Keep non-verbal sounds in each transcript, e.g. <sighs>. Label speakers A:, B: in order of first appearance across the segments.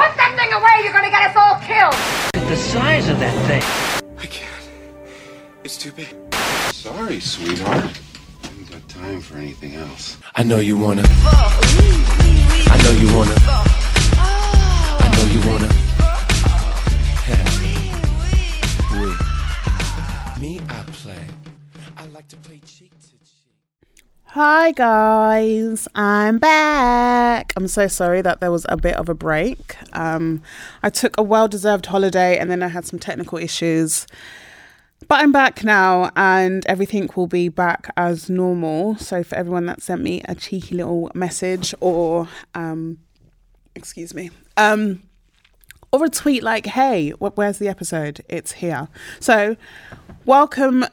A: either way, you're gonna get us all killed.
B: Look at the size of that thing.
C: I can't. It's too big.
D: Sorry, sweetheart. I haven't got time for anything else.
E: I know you wanna. I know you wanna. I know you wanna. We. Me, I play. I like to play cheek to cheek.
F: Hi guys, I'm back. I'm so sorry that there was a bit of a break. Um, I took a well deserved holiday and then I had some technical issues. But I'm back now and everything will be back as normal. So, for everyone that sent me a cheeky little message or, um, excuse me, um, or a tweet like, hey, wh- where's the episode? It's here. So, welcome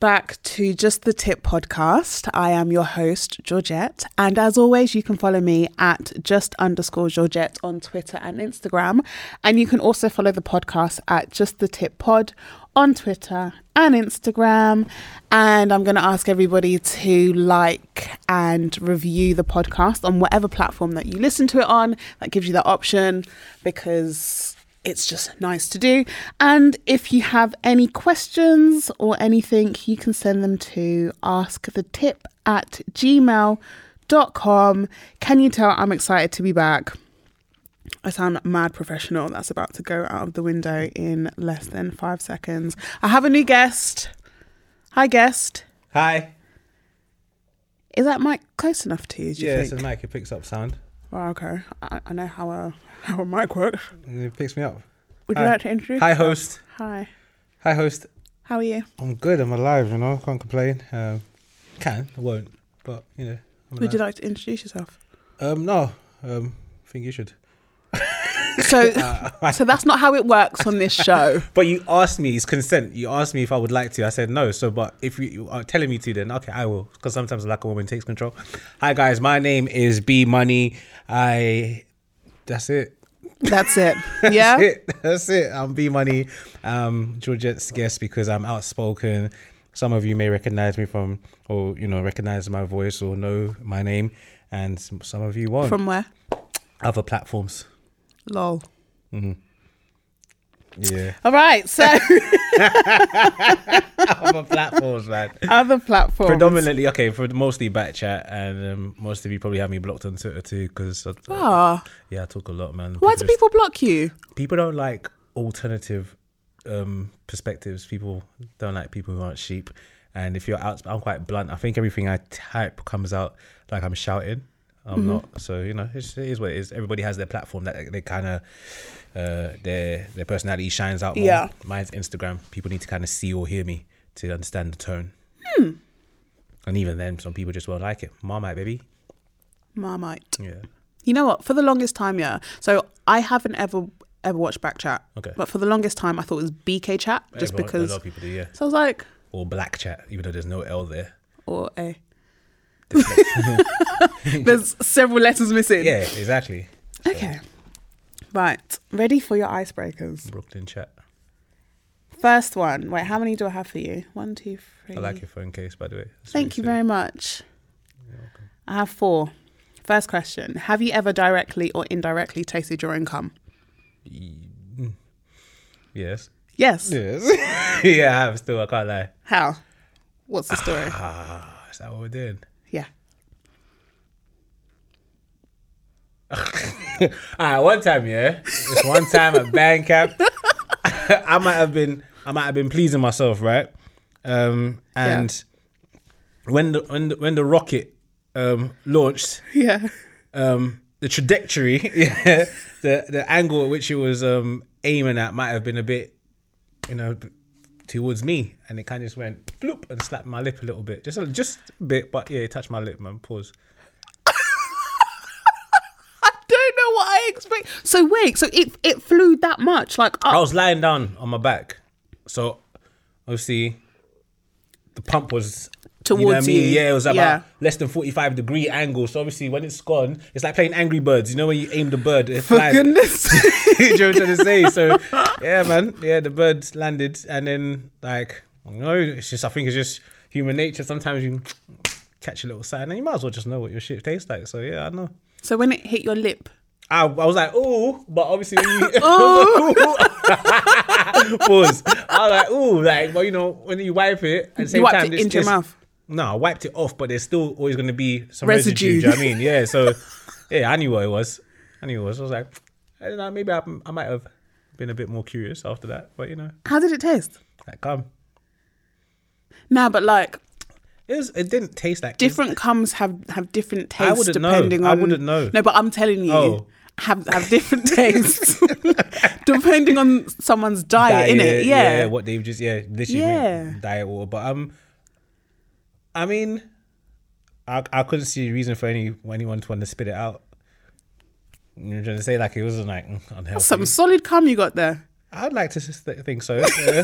F: back to Just the Tip podcast. I am your host, Georgette. And as always, you can follow me at just underscore Georgette on Twitter and Instagram. And you can also follow the podcast at Just the Tip Pod on Twitter and Instagram. And I'm going to ask everybody to like and review the podcast on whatever platform that you listen to it on. That gives you that option because it's just nice to do. And if you have any questions or anything, you can send them to askthetip at gmail.com. Can you tell I'm excited to be back? I sound mad professional. That's about to go out of the window in less than five seconds. I have a new guest. Hi, guest.
G: Hi.
F: Is that mic close enough to you? Do you
G: Yeah,
F: think?
G: it's a mic. It picks up sound.
F: Well, okay. I, I know how a <laughs> how a mic works.
G: And It picks me up.
F: Would you
G: Hi.
F: like to introduce?
G: Hi, host.
F: Hi.
G: Hi, host.
F: How are you?
G: I'm good. I'm alive. You know, can't complain. Um, can I won't, but you know. I'm
F: Would you
G: alive.
F: like to introduce yourself?
G: Um, no. Um, I think you should.
F: <laughs> So, so that's not how it works on this show.
G: But you asked me. It's consent. You asked me if I would like to. I said no. So, but if you, you are telling me to, then okay, I will. Because sometimes a lack of woman takes control. Hi, guys. My name is B Money. I. That's it.
F: <laughs> That's it. Yeah.
G: That's it. <laughs> That's it. I'm B Money. Um, Georgette's guest because I'm outspoken. Some of you may recognize me from, or you know, recognize my voice or know my name, and s- some of you won't.
F: From where?
G: other platforms.
F: Lol. <laughs>
G: Yeah,
F: All right. So
G: other platforms, man.
F: other platforms.
G: <laughs> Predominantly, okay, for mostly back chat, and um, most of you probably have me blocked on Twitter too because
F: Ah,
G: yeah, I talk a lot, man.
F: why do
G: just-
F: people block you?
G: people don't like alternative um perspectives people don't like people who aren't sheep and if you're out i'm quite blunt i think everything i type comes out like i'm shouting i'm
F: Mm-hmm.
G: not so you know it's, it is what it is everybody has their platform that they kind of uh their their personality shines out more.
F: Yeah.
G: mine's instagram people need to kind of see or hear me to understand the tone
F: Hmm.
G: and even then some people just won't like it marmite baby
F: Marmite.
G: yeah
F: You know what? For the longest time, yeah. So I haven't ever ever watched Back Chat.
G: Okay.
F: But for the longest time, I thought it was BK Chat, just
G: Everyone- a
F: because.
G: lot of people do yeah
F: So I was like,
G: or black chat even though there's no l there
F: or a. <laughs> There's several letters missing.
G: yeah exactly
F: Okay. Right. Ready for your icebreakers.
G: brooklyn chat
F: First one. Wait, how many do I have for you? One, two, three.
G: I like your phone case, by the way. It's
F: Thank you
G: really
F: very much. I have four. First question Have you ever directly or indirectly tasted your income?
G: sick. Yes.
F: Yes.
G: Yes. <laughs> yeah, I'm still. I can't lie.
F: How? What's the story?
G: Ah, is that what we're doing?
F: yeah. <laughs>
G: Ah, one time, yeah. Just one time at band camp, <laughs> I might have been, I might have been pleasing myself, right? Um, and when the when the, when the rocket um launched,
F: Yeah.
G: um, the trajectory, <laughs> yeah, the the angle at which it was um, aiming at might have been a bit, you know, b- towards me, and it kind of just went bloop and slapped my lip a little bit, just a, just a bit, but yeah, it touched my lip, man. Pause.
F: I don't know what I expect. So, wait, so it, it flew that much? Like,
G: I
F: up. <laughs>
G: was lying down on my back, so obviously the pump was. you know what I
F: Towards
G: mean?
F: you.
G: Yeah, it was about
F: Yeah.
G: less than 45 degree angle. So obviously when it's gone, it's like playing Angry Birds. You know when you aim the bird, it
F: for
G: flies.
F: goodness
G: <laughs>
F: sake.
G: Do you know what I'm trying to say? So, yeah, man. Yeah, the bird landed, and then like, no, it's just I think it's just human nature. Sometimes you catch a little sign, and you might as well just know what your shit tastes like. So yeah, I know. <laughs>
F: So, when it hit your lip,
G: I, I was like, ooh, but obviously when
F: <laughs>
G: you
F: Oh.
G: <laughs> pause, I was like, ooh, like, but you know, when you wipe it at the same
F: You wiped
G: time,
F: it
G: it's-
F: into your
G: it's-
F: mouth?
G: No, I wiped it off, but there's still always going to be some
F: Residue.
G: residue. do you know what I mean? Yeah, so
F: <laughs>
G: yeah, I knew what it was. I knew what it was. I was like, I don't know, maybe I, I might have been a bit more curious after that, but you know,
F: How did it taste?
G: like come.
F: No, but like
G: It was. It didn't taste like
F: different cums have have different
G: I
F: tastes
G: wouldn't know.
F: depending
G: I
F: on.
G: wouldn't know.
F: No, but I'm telling you,
G: Oh.
F: have have different <laughs> tastes depending on someone's diet, in it. Yeah.
G: What they've just yeah, literally
F: Yeah.
G: meant diet water. But um, I mean, I I couldn't see a reason for any anyone to want to spit it out. You're trying to say like it wasn't like mm, unhealthy.
F: Some solid cum you got there.
G: I'd like to s- th-
F: <laughs>
G: think so. Yeah.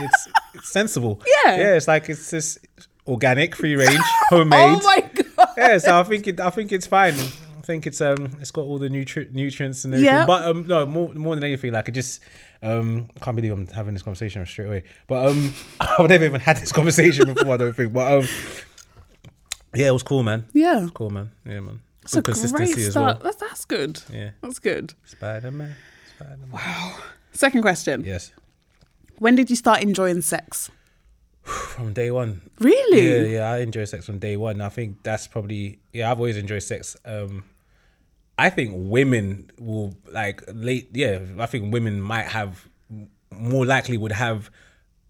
G: it's, it's sensible.
F: Yeah.
G: Yeah. It's like it's just organic, free range, homemade.
F: Oh my god.
G: <laughs> yeah, so I think it, I think it's fine. I think it's um it's got all the nutri- nutrients and everything.
F: Yeah.
G: But um no more more than anything, like it just um I can't believe I'm having this conversation straight away. But um <laughs> I've never even had this conversation before, I don't think. But um yeah, it was cool, man.
F: Yeah.
G: It's cool, man. Yeah, man.
F: That's a great start. That's, that's good.
G: Yeah.
F: That's good.
G: Spider Man. Spider Man.
F: Second question.
G: Yes.
F: When did you start enjoying sex?
G: From day one.
F: Really?
G: Yeah, yeah, I enjoy sex from day one. I think that's probably yeah. I've always enjoyed sex. Um, I think women will like late. Yeah, I think women might have more likely would have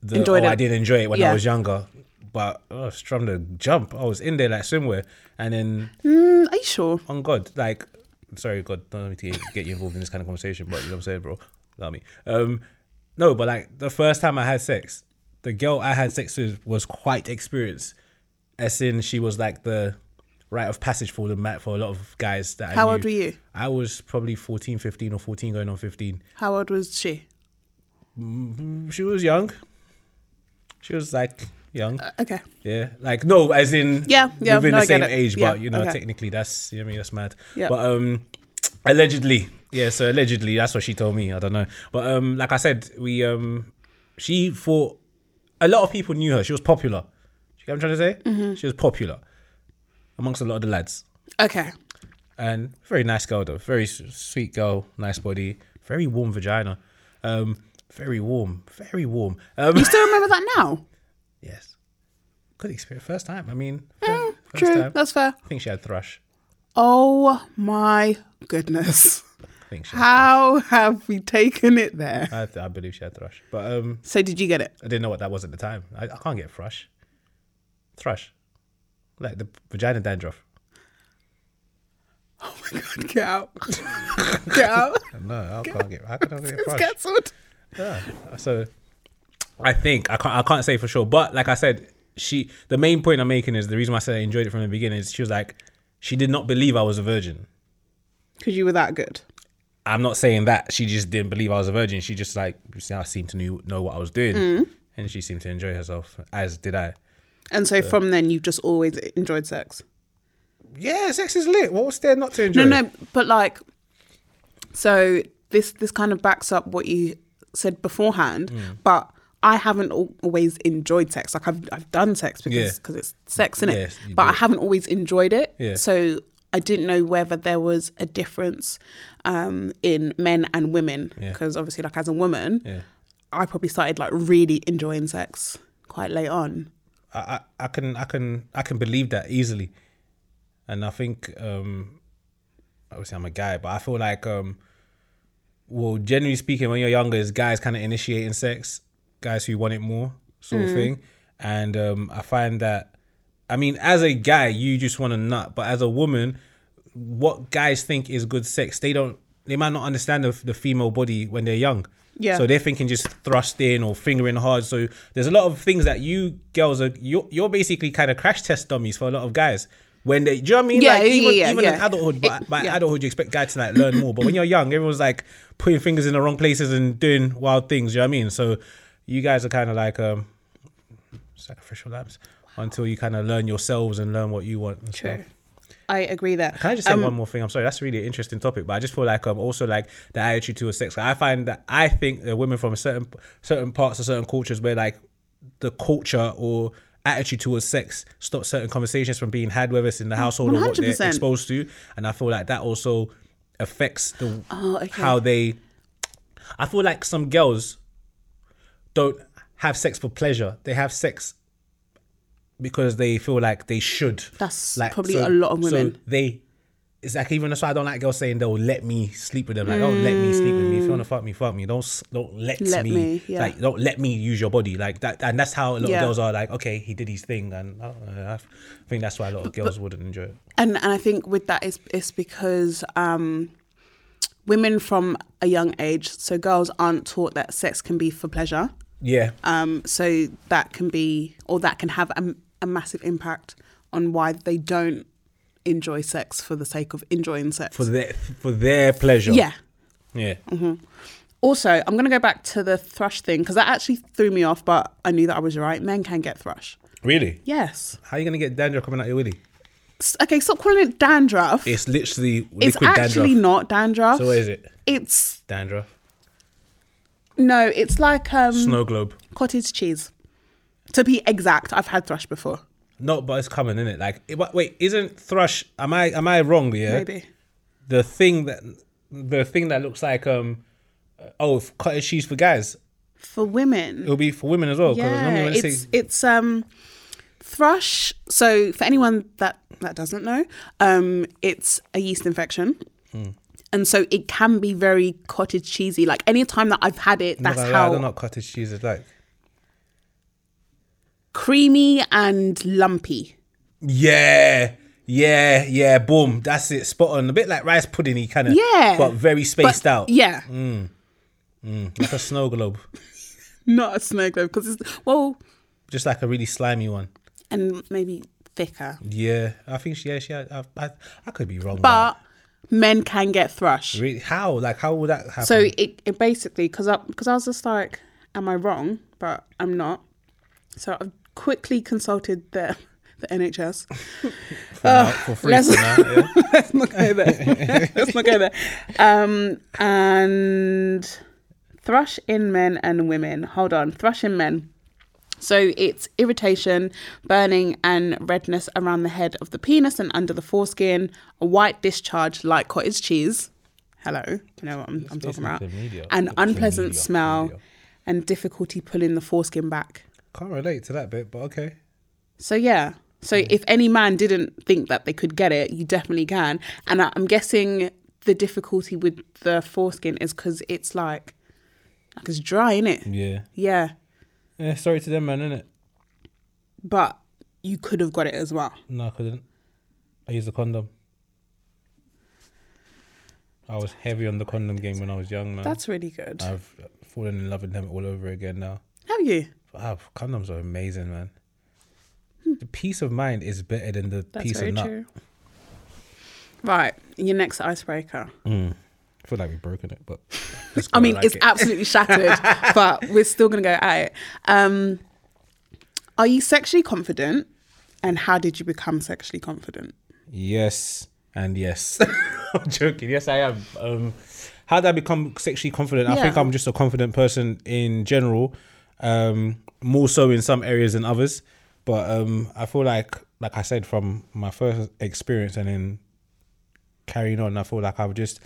G: the
F: Enjoyed
G: oh
F: it.
G: I didn't enjoy it when
F: Yeah.
G: I was younger, but oh, from the jump, I was in there like swimwear, and then
F: Are you sure?
G: on God, like, sorry, God, don't let me get- get you involved in this kind of conversation, but you know what I'm saying, bro? Allow me. Um, no, but like the first time I had sex, the girl I had sex with was quite experienced, as in she was like the rite of passage for the mat for a lot of guys that I
F: How
G: knew.
F: old were you?
G: I was probably 14, 15 or 14 going on 15.
F: How old was she?
G: She was young. She was like young.
F: Okay.
G: Yeah, like no, as in
F: Yeah, yeah,
G: within
F: no, I
G: the
F: get
G: same
F: it.
G: age,
F: Yeah,
G: but you know,
F: okay.
G: technically that's you know, what I mean that's mad.
F: Yeah.
G: But um, allegedly, yeah. So allegedly, that's what she told me. I don't know, but um, like I said, we um, she thought a lot of people knew her. She was popular. You get what I'm trying to say?
F: Mm-hmm.
G: She was popular amongst a lot of the lads,
F: Okay.
G: and very nice girl though, very s- sweet girl, nice body, very warm vagina, um, very warm, very warm. Um, <laughs>
F: You still remember that now?
G: Yes. Good experience. First time. I mean, first
F: Mm, True.
G: time.
F: That's fair.
G: I think she had thrush.
F: Oh my goodness.
G: I think she. Had,
F: How have we taken it there?
G: I, I believe she had thrush, but um,
F: So did you get it? <laughs>
G: I didn't know what that was at the time. I, I can't get thrush. Thrush, like the vagina dandruff.
F: Oh my god, get <laughs> out. get out.
G: No, I can't get. How can
F: <laughs>
G: I get
F: It's
G: thrush?
F: cancelled.
G: So, I think I can't. I can't say for sure, but like I said, she. The main point I'm making is the reason why I said I enjoyed it from the beginning is she was like, she did not believe I was a virgin.
F: Because you were that good.
G: I'm not saying that she just didn't believe I was a virgin. She just like I seemed to knew, know what I was doing,
F: Mm.
G: and she seemed to enjoy herself, as did I.
F: And so from then you've just always enjoyed sex.
G: Yeah, sex is lit. What was there not to enjoy?
F: No, no, but like so this this kind of backs up what you said beforehand,
G: Mm.
F: but I haven't al- always enjoyed sex. Like I've I've done sex because
G: Yeah.
F: because it's sex in it,
G: Yes, you
F: but
G: do
F: I
G: it.
F: haven't always enjoyed it.
G: Yeah.
F: So I didn't know whether there was a difference um, in men and women
G: Yeah.
F: because obviously, like as a woman,
G: Yeah,
F: I probably started like really enjoying sex quite late on.
G: I, I, I can, I can, I can believe that easily, and I think, um obviously, I'm a guy, but I feel like, um well, generally speaking, when you're younger, is guys kind of initiating sex, guys who want it more, sort of thing, and um I find that, I mean, as a guy, you just want to nut, but as a woman, what guys think is good sex, they don't. They might not understand the, the female body when they're young.
F: Yeah.
G: So they're thinking just thrusting or fingering hard. So there's a lot of things that you girls are you're, you're basically kind of crash test dummies for a lot of guys. When they, do you know what I mean?
F: Yeah,
G: like
F: yeah,
G: even,
F: yeah,
G: even in
F: yeah.
G: adulthood, but
F: It-
G: by
F: yeah.
G: adulthood you expect guys to like learn more. But when you're young, everyone's like putting fingers in the wrong places and doing wild things. You know what I mean? So you guys are kind of like um sacrificial lambs until you kind of learn yourselves and learn what you want. and stuff.
F: I agree there.
G: Can I just say one more thing? I'm sorry, that's really an interesting topic, but I just feel like um also like the attitude towards sex. I find that I think that women from certain certain parts of certain cultures where like the culture or attitude towards sex stops
F: Mm,
G: certain conversations from being had, whether it's in the household or what they're
F: 100%.
G: exposed to, and I feel like that also affects the
F: Oh, okay.
G: how they. I feel like some girls don't have sex for pleasure; they have sex because they feel like they should.
F: That's
G: like,
F: probably a lot of
G: so
F: women.
G: they. It's like even that's why I don't like girls saying they'll let me sleep with them. Like, don't let me sleep with me. If you wanna fuck me, fuck me. Don't s- don't let,
F: Let
G: me.
F: me, yeah.
G: Like don't let me use your body. Like that, and that's how a lot
F: Yeah.
G: of girls are. Like, okay, he did his thing, and I, don't know, I think that's why a lot of girls wouldn't enjoy it.
F: and and I think with that it's it's because um, women from a young age, so girls aren't taught that sex can be for pleasure.
G: Yeah.
F: Um, so that can be, or that can have a, a massive impact on why they don't enjoy sex for the sake of enjoying sex.
G: for their for their pleasure.
F: yeah. Mm-hmm.
G: Yeah.
F: Also, I'm going to go back to the thrush thing because that actually threw me off, but I knew that I was right. Men can get thrush.
G: Really?
F: Yes.
G: How are you gonna get dandruff coming out your willy?
F: S- Okay, stop calling it dandruff. It's,
G: It's literally liquid
F: actually
G: dandruff.
F: not dandruff.
G: So what is it?
F: It's
G: Dandruff.
F: no, it's like um,
G: Snow globe.
F: cottage cheese. To be exact, I've had thrush before.
G: No, but it's common, isn't it? Like, it- but wait, isn't thrush? Am I am I wrong? Yeah.
F: Maybe.
G: The thing that the thing that looks like um oh cottage cheese for guys.
F: For women.
G: It'll be for women as well. 'cause normally
F: Yeah,
G: when they
F: it's
G: say-
F: it's um thrush. So for anyone that that doesn't know, um, it's a yeast infection.
G: Hmm.
F: And so it can be very cottage cheesy. Like any time that I've had it,
G: I'm not
F: that's
G: gonna lie, I
F: how
G: don't know what cottage cheese is like.
F: creamy and lumpy.
G: Yeah, yeah, yeah. Boom. That's it. Spot on. A bit like rice puddingy kind of.
F: Yeah.
G: But very spaced
F: But-
G: out. Hmm.
F: Yeah,
G: Like a snow globe.
F: not a snow globe because it's well,
G: just like a really slimy one.
F: and maybe thicker.
G: Yeah, I think she. Yeah, she. I, I, I could be wrong.
F: But men can get thrush.
G: like, really, how? Like, how would that happen?
F: So it, it basically because I because I was just like, am I wrong? But I'm not. So I've quickly consulted the <laughs> the NHS.
G: for, now, for free.
F: uh, <laughs> let's-
G: for now, yeah.
F: Let's not go there. <laughs> Let's not go there. Um, and thrush in men and women. Hold on, thrush in men. So it's irritation, burning, and redness around the head of the penis and under the foreskin. A white discharge like cottage cheese. Hello, you know what I'm, I'm talking about.
G: basically media.
F: An
G: It's a
F: unpleasant
G: media,
F: smell
G: media.
F: and difficulty pulling the foreskin back.
G: Can't relate to that bit, but okay.
F: So yeah. So if any man didn't think that they could get it, you definitely can. And I, I'm guessing the difficulty with the foreskin is because it's like, like it's dry, is it?
G: Yeah.
F: Yeah.
G: yeah sorry to them, man. Innit?
F: But you could have got it as well.
G: No, I couldn't. I used a condom. I was heavy on the condom game when I was young, man.
F: That's really good.
G: I've fallen in love with them all over again now.
F: have you?
G: Wow, condoms are amazing, man. The peace of mind is better than the
F: Hmm. That's
G: peace
F: very
G: of nut.
F: true. Right, your next icebreaker.
G: I feel like we've broken it,
F: <laughs>
G: but let's
F: I
G: go,
F: mean,
G: like
F: it's
G: it.
F: absolutely shattered, but we're still gonna go at it. Um, are you sexually confident? And how did you become sexually confident?
G: Yes and yes. <laughs> I'm joking. Yes, I am. Um, how did I become sexually confident? I
F: Yeah.
G: think I'm just a confident person in general, um, more so in some areas than others. But um, I feel like, like I said, from my first experience and then carrying on, I feel like I've just.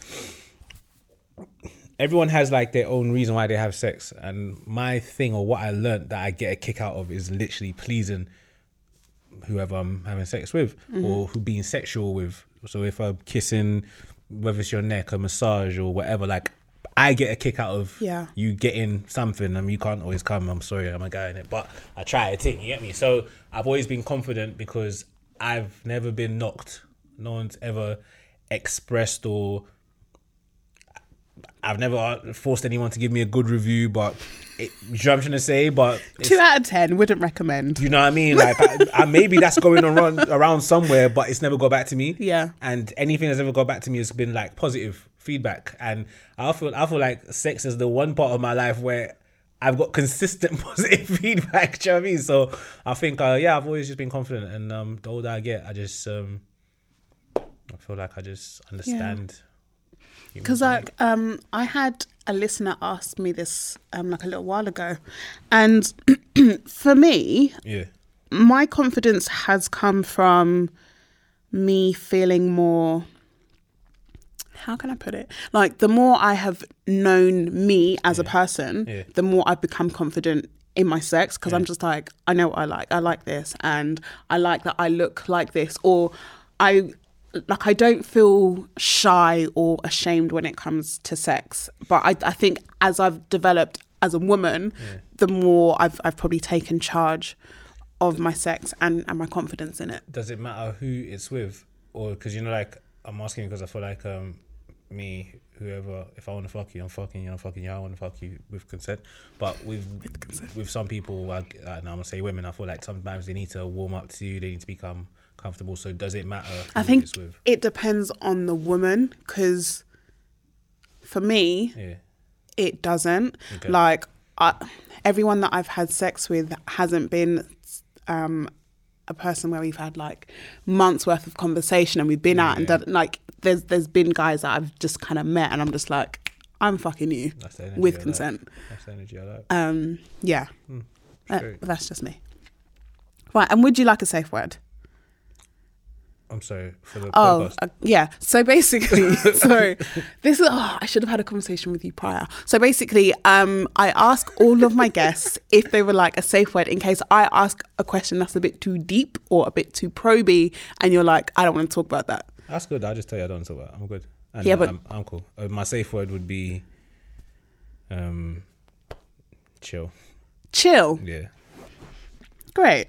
G: Everyone has like their own reason why they have sex, and my thing or what I learnt that I get a kick out of is literally pleasing whoever I'm having sex with or who being sexual with. So if I'm kissing, whether it's your neck, a massage or whatever, like I get a kick out of
F: Yeah.
G: you getting something. I mean, you can't always come. I'm sorry, I'm a guy in it, but I try a thing. You get me? So I've always been confident because I've never been knocked. No one's ever expressed or I've never uh, forced anyone to give me a good review, but it, you know what I'm trying to say. But it's-
F: Two out of ten wouldn't recommend.
G: you know what I mean? Like, I, I, maybe that's going around around somewhere, but it's never got back to me.
F: Yeah.
G: And anything that's ever got back to me has been like positive feedback, and I feel I feel like sex is the one part of my life where I've got consistent <laughs> positive feedback. Do you know what I mean? So I think, uh, yeah, I've always just been confident, and um, the older I get, I just um, I feel like I just understand.
F: Because like um, I had a listener ask me this um, like a little while ago, and <clears throat> for me,
G: Yeah.
F: my confidence has come from me feeling more how can I put it? Like the more I have known me as a person,
G: Yeah.
F: the more I've become confident in my sex because I'm just like, I know what I like. I like this and I like that I look like this or I like I don't feel shy or ashamed when it comes to sex. But I, I think as I've developed as a woman, the more I've I've probably taken charge of my sex and, and my confidence in it.
G: does it matter who it's with or because you know like i'm asking because i feel like um me whoever if i want to fuck you i'm fucking you i'm fucking you i want to fuck you with consent but with with, some people like uh, i'm gonna say women i feel like sometimes they need to warm up to you they need to become comfortable so does it matter who
F: I think
G: it's with
F: it depends on the woman because for me,
G: yeah
F: it doesn't.
G: Okay.
F: Like, I, everyone that I've had sex with hasn't been um, a person where we've had like months worth of conversation and we've been out and done, like there's there's been guys that I've just kind of met and I'm just like I'm fucking you
G: that's the energy I
F: with
G: like.
F: consent.
G: that's the energy i like
F: Um, yeah,
G: Hmm,
F: Uh,
G: straight.
F: that's just me. Right, and would you like a safe word?
G: i'm sorry for the
F: Oh,
G: podcast
F: uh, yeah. So basically, <laughs> so this is, oh, I should have had a conversation with you prior. So basically, um, I ask all of my guests <laughs> if they were like a safe word in case I ask a question that's a bit too deep or a bit too proby and you're like, I don't want to talk about that.
G: that's good i'll just tell you i don't talk about it. i'm good and
F: Yeah, but-
G: I'm, I'm cool uh, my safe word would be um chill
F: Chill.
G: yeah
F: Great.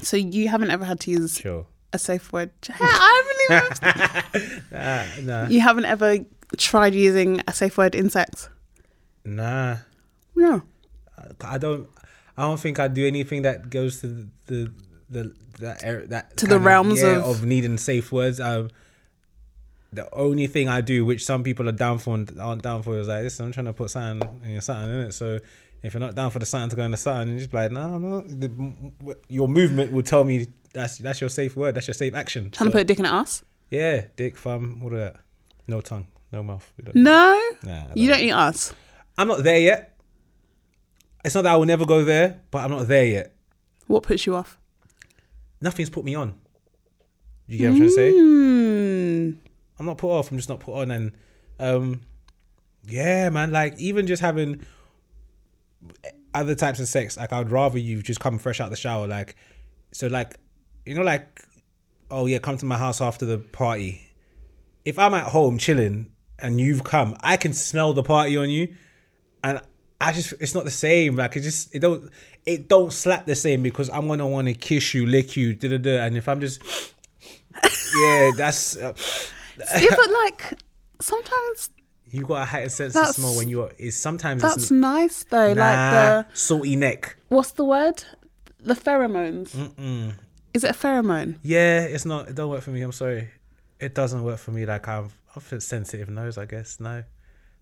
F: So you haven't ever had to use
G: chill
F: a safe word. I haven't
G: <laughs>
F: even.
G: nah.
F: You haven't ever tried using a safe word in sex?
G: Nah,
F: No.
G: I don't. I don't think I do anything that goes to the the, the that er, that
F: To the
G: kind
F: realms
G: yeah,
F: of-
G: needing safe words. Um, the only thing I do, which some people are down for and aren't down for, is like, listen, I'm trying to put something in your something in it. So if you're not down for the something to go in the something, you just be like, no, I'm not. The, m- w- your movement will tell me that's that's your safe word. That's your safe action.
F: Trying
G: So,
F: to put a dick in an ass?
G: yeah, dick, thumb, all of that. No tongue, no mouth. We don't-
F: No.
G: Nah, I
F: you
G: don't-
F: don't need ass.
G: I'm not there yet. It's not that I will never go there, but I'm not there yet.
F: What puts you off?
G: Nothing's put me on. You get what I'm trying to say?
F: Hmm.
G: I'm not put off. I'm just not put on. And um, yeah, man, like even just having other types of sex, like I'd rather you just come fresh out the shower. Like, so like, you know, like, oh yeah, come to my house after the party. If I'm at home chilling and you've come, I can smell the party on you, and I just it's not the same. Like it just it don't it don't slap the same because I'm gonna want to kiss you, lick you, da da da. And if I'm just yeah, that's uh,
F: <laughs> yeah, but like sometimes
G: you got a heightened sense of
F: That's-
G: smell when you're. It's sometimes
F: that's
G: it's,
F: nice though.
G: nah,
F: Like the
G: salty neck.
F: what's the word? The pheromones. Is it a pheromone?
G: Yeah, it's not. It don't work for me. I'm sorry. It doesn't work for me. Like I'm, I'm a sensitive nose. I guess no.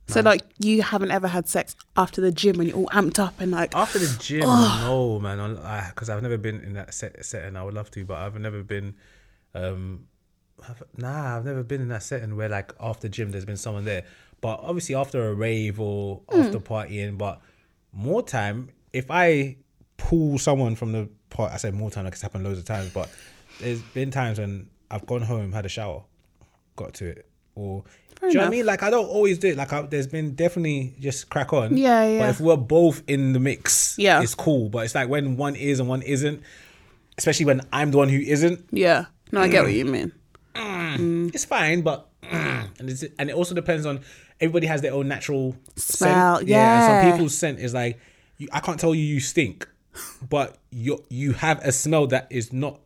F: So like you haven't ever had sex after the gym when you're all amped up and like
G: After the gym, no man, because I've never been in that set setting. I would love to, but I've never been. Um, have, nah, I've never been in that setting where like after gym, there's been someone there. But obviously, after a rave or
F: Hmm.
G: after partying, but more time if I pull someone from the part. I say more time, like it's happened loads of times, but there's been times when I've gone home, had a shower, got to it, or. do you know what I
F: enough.
G: mean? Like I don't always do it. Like I, there's been definitely just crack on.
F: Yeah,
G: But
F: yeah.
G: if we're both in the mix,
F: Yeah.
G: it's cool. But it's like when one is and one isn't, especially when I'm the one who isn't,
F: yeah. No, I get what you mean.
G: it's fine. But mm, and it's, and it also depends on everybody has their own natural
F: Smell,
G: Scent. and
F: yeah.
G: some people's scent is like you, I can't tell you you stink, but you you have a smell that is not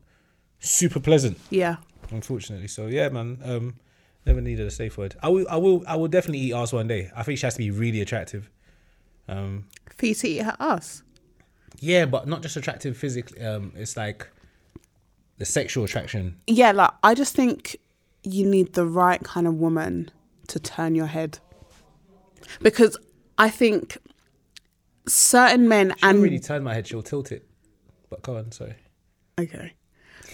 G: super pleasant.
F: Yeah.
G: Unfortunately, so yeah, man. Um, never needed a safe word. I will, I will, I will definitely eat ass one day. I think she has to be really attractive. Um,
F: For you to eat her ass.
G: Yeah, but not just attractive physically. Um, it's like the sexual attraction.
F: Yeah, like I just think you need the right kind of woman to turn your head. Because I think certain men
G: I
F: and
G: really turn my head, she'll tilt it. But go on, sorry.
F: Okay.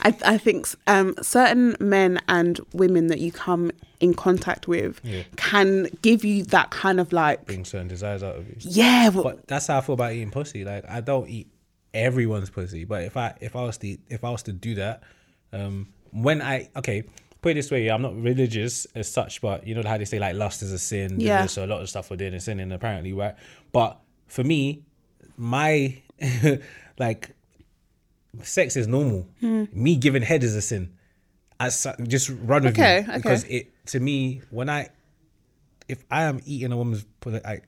F: I, I think um, certain men and women that you come in contact with
G: Yeah. Mm.
F: can give you that kind of like,
G: Bring certain desires out of you.
F: yeah, well,
G: But that's how I feel about eating pussy. Like I don't eat everyone's pussy, but if I if I was to if I was to do that, um, when I okay, put it this way, I'm not religious as such, but you know how they say like lust is a sin.
F: Yeah.
G: Yeah. So a lot of stuff we're doing is sin, and apparently, right. But for me, my <laughs> like sex is normal.
F: Hmm.
G: Me giving head is a sin. I su- just run with
F: Okay,
G: me
F: okay.
G: because it to me when I if I am eating a woman's pussy, I,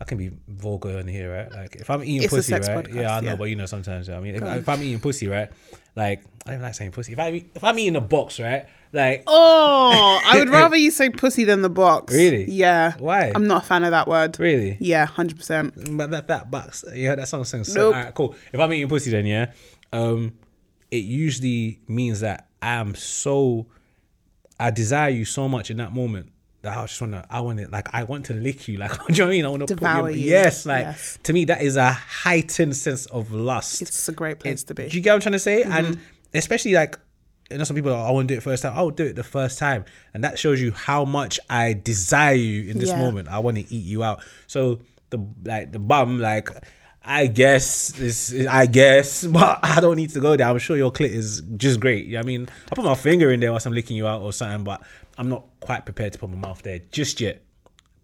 G: I can be vulgar in here, right? Like if I'm eating
F: It's a
G: pussy, right?
F: sex podcast,
G: yeah, I know,
F: yeah.
G: but you know, sometimes yeah, I mean, if, if I'm eating pussy, right? Like I don't like saying pussy. If I if I'm eating a box, right? Like
F: Oh, I would
G: <laughs>
F: rather you say pussy than the box.
G: Really?
F: Yeah.
G: Why?
F: I'm not a fan of that word.
G: really,
F: Yeah, 100%.
G: but that that box, yeah, that song sings. So,
F: Nope.
G: alright, cool. If I'm eating pussy, then yeah, um, it usually means that I'm so, I desire you so much in that moment that I just wanna, I want to, like, I want to lick you, like, <laughs> do you know what I mean? I want to
F: Devour you.
G: Yes, like
F: Yes.
G: to me, that is a heightened sense of lust.
F: It's a Mm-hmm. great place to
G: Do
F: be.
G: you get what I'm trying to say? And especially like, you know, some people are, I want to do it first time. I'll do it the first time, and that shows you how much I desire you in this
F: Yeah.
G: moment. I want to eat you out. So the like the bum like. I guess this. is- I guess, <laughs> but I don't need to go there. I'm sure your clit is just great. You know what I mean, I put my finger in there whilst I'm licking you out or something, but I'm not quite prepared to put my mouth there just yet.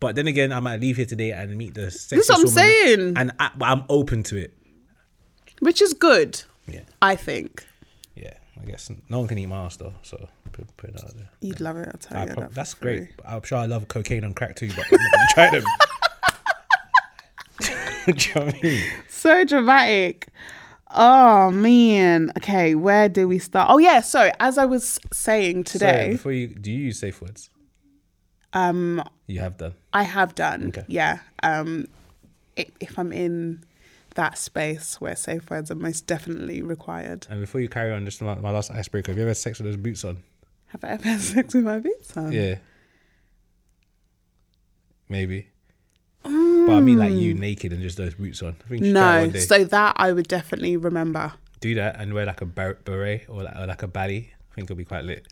G: But then again, I might leave here today and meet the.
F: is what I'm
G: sexiest woman,
F: saying.
G: and I, but I'm open to it.
F: Which is good,
G: Yeah.
F: I think.
G: Yeah, I guess no one can eat my ass though, so put, put it out there.
F: You'd love it, I'll tell
G: I
F: you.
G: Ah, prob-
F: that
G: that's
F: for free.
G: great. I'm sure I love cocaine and crack too, but I'm not gonna
F: <laughs>
G: try them. <laughs> Do you know what I mean?
F: so dramatic. Oh man. Okay, where do we start? Oh yeah, so as I was saying
G: So,
F: today,
G: before you do you use safe words? Um You have done.
F: I have done.
G: Okay.
F: Yeah. Um i- if I'm in that space where safe words are most definitely required.
G: And before you carry on, just my, my last icebreaker, have you ever had sex with those boots on?
F: Have I ever had sex with my boots on?
G: Yeah. Maybe. But I mean like you naked and just those boots on. I think you should try
F: Mm. No.
G: it one day.
F: So that I would definitely remember.
G: do that and wear like a bar- beret or like, or like a bally. I think it'll be quite lit.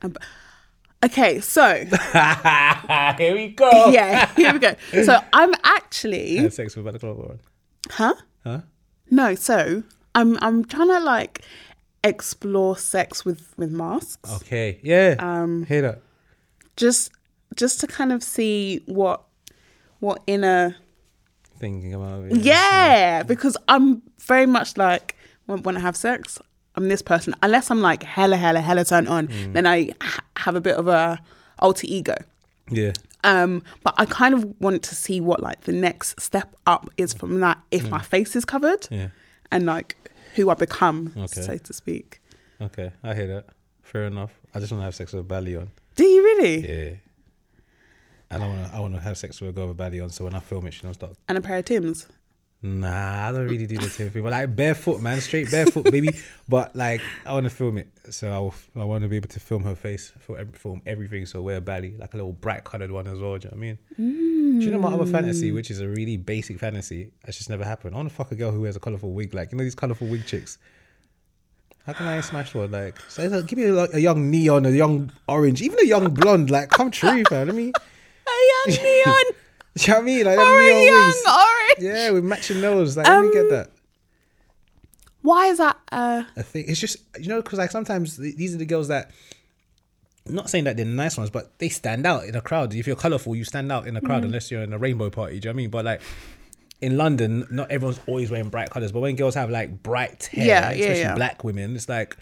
F: Okay,
G: <laughs>
F: so <laughs>
G: Here we go.
F: yeah, here we go. So I'm actually
G: Had sex with Balaclava on.
F: Huh?
G: Huh?
F: No, so I'm I'm trying to like explore sex with with masks.
G: Okay. Yeah. Um. Hear that?
F: just just to kind of see what what inner
G: Thinking about it.
F: yeah because i'm very much like when, when i have sex i'm this person unless i'm like hella hella hella turned on then i ha- have a bit of a alter ego
G: Yeah.
F: um but i kind of want to see what like the next step up is from that if my face is covered
G: Yeah.
F: and like who i become
G: Okay.
F: so to speak
G: Okay. I hear that. Fair enough. I just want to have sex with a belly on.
F: do you really
G: Yeah. And I want to. I want to have sex with a girl with a belly on. So when I film it, she don't stop.
F: and a pair of tims
G: Nah, I don't really do the same thing. But like barefoot, man, straight barefoot, baby. But like, I want to film it, so I, will, I want to be able to film her face, film, every, film everything. So wear a belly, like a little bright coloured one as well. Do you know what I mean? Do you know my other fantasy, which is a really basic fantasy? It's just never happened. I want to fuck a girl who wears a colourful wig, like you know these colourful wig chicks. How can I smash one? Like, so it's like, give me a, like, a young neon, a young orange, even a young blonde. Like, come true, fam. Let me. <laughs>
F: a <laughs> young neon
G: Do you know what I mean? Like, them
F: or
G: neon
F: a young
G: wigs.
F: orange
G: Yeah, with matching nose. Like, let me get that.
F: Why is that? Uh,
G: I think it's just you know because like sometimes th- these are the girls that. I'm not saying that they're nice ones, but they stand out in a crowd. If you're colourful, you stand out in a crowd
F: Mm-hmm.
G: unless you're in a rainbow party. Do you know what I mean? But like in London, not everyone's always wearing bright colours. But when girls have like bright hair,
F: Yeah, yeah,
G: especially
F: yeah.
G: black women, it's like,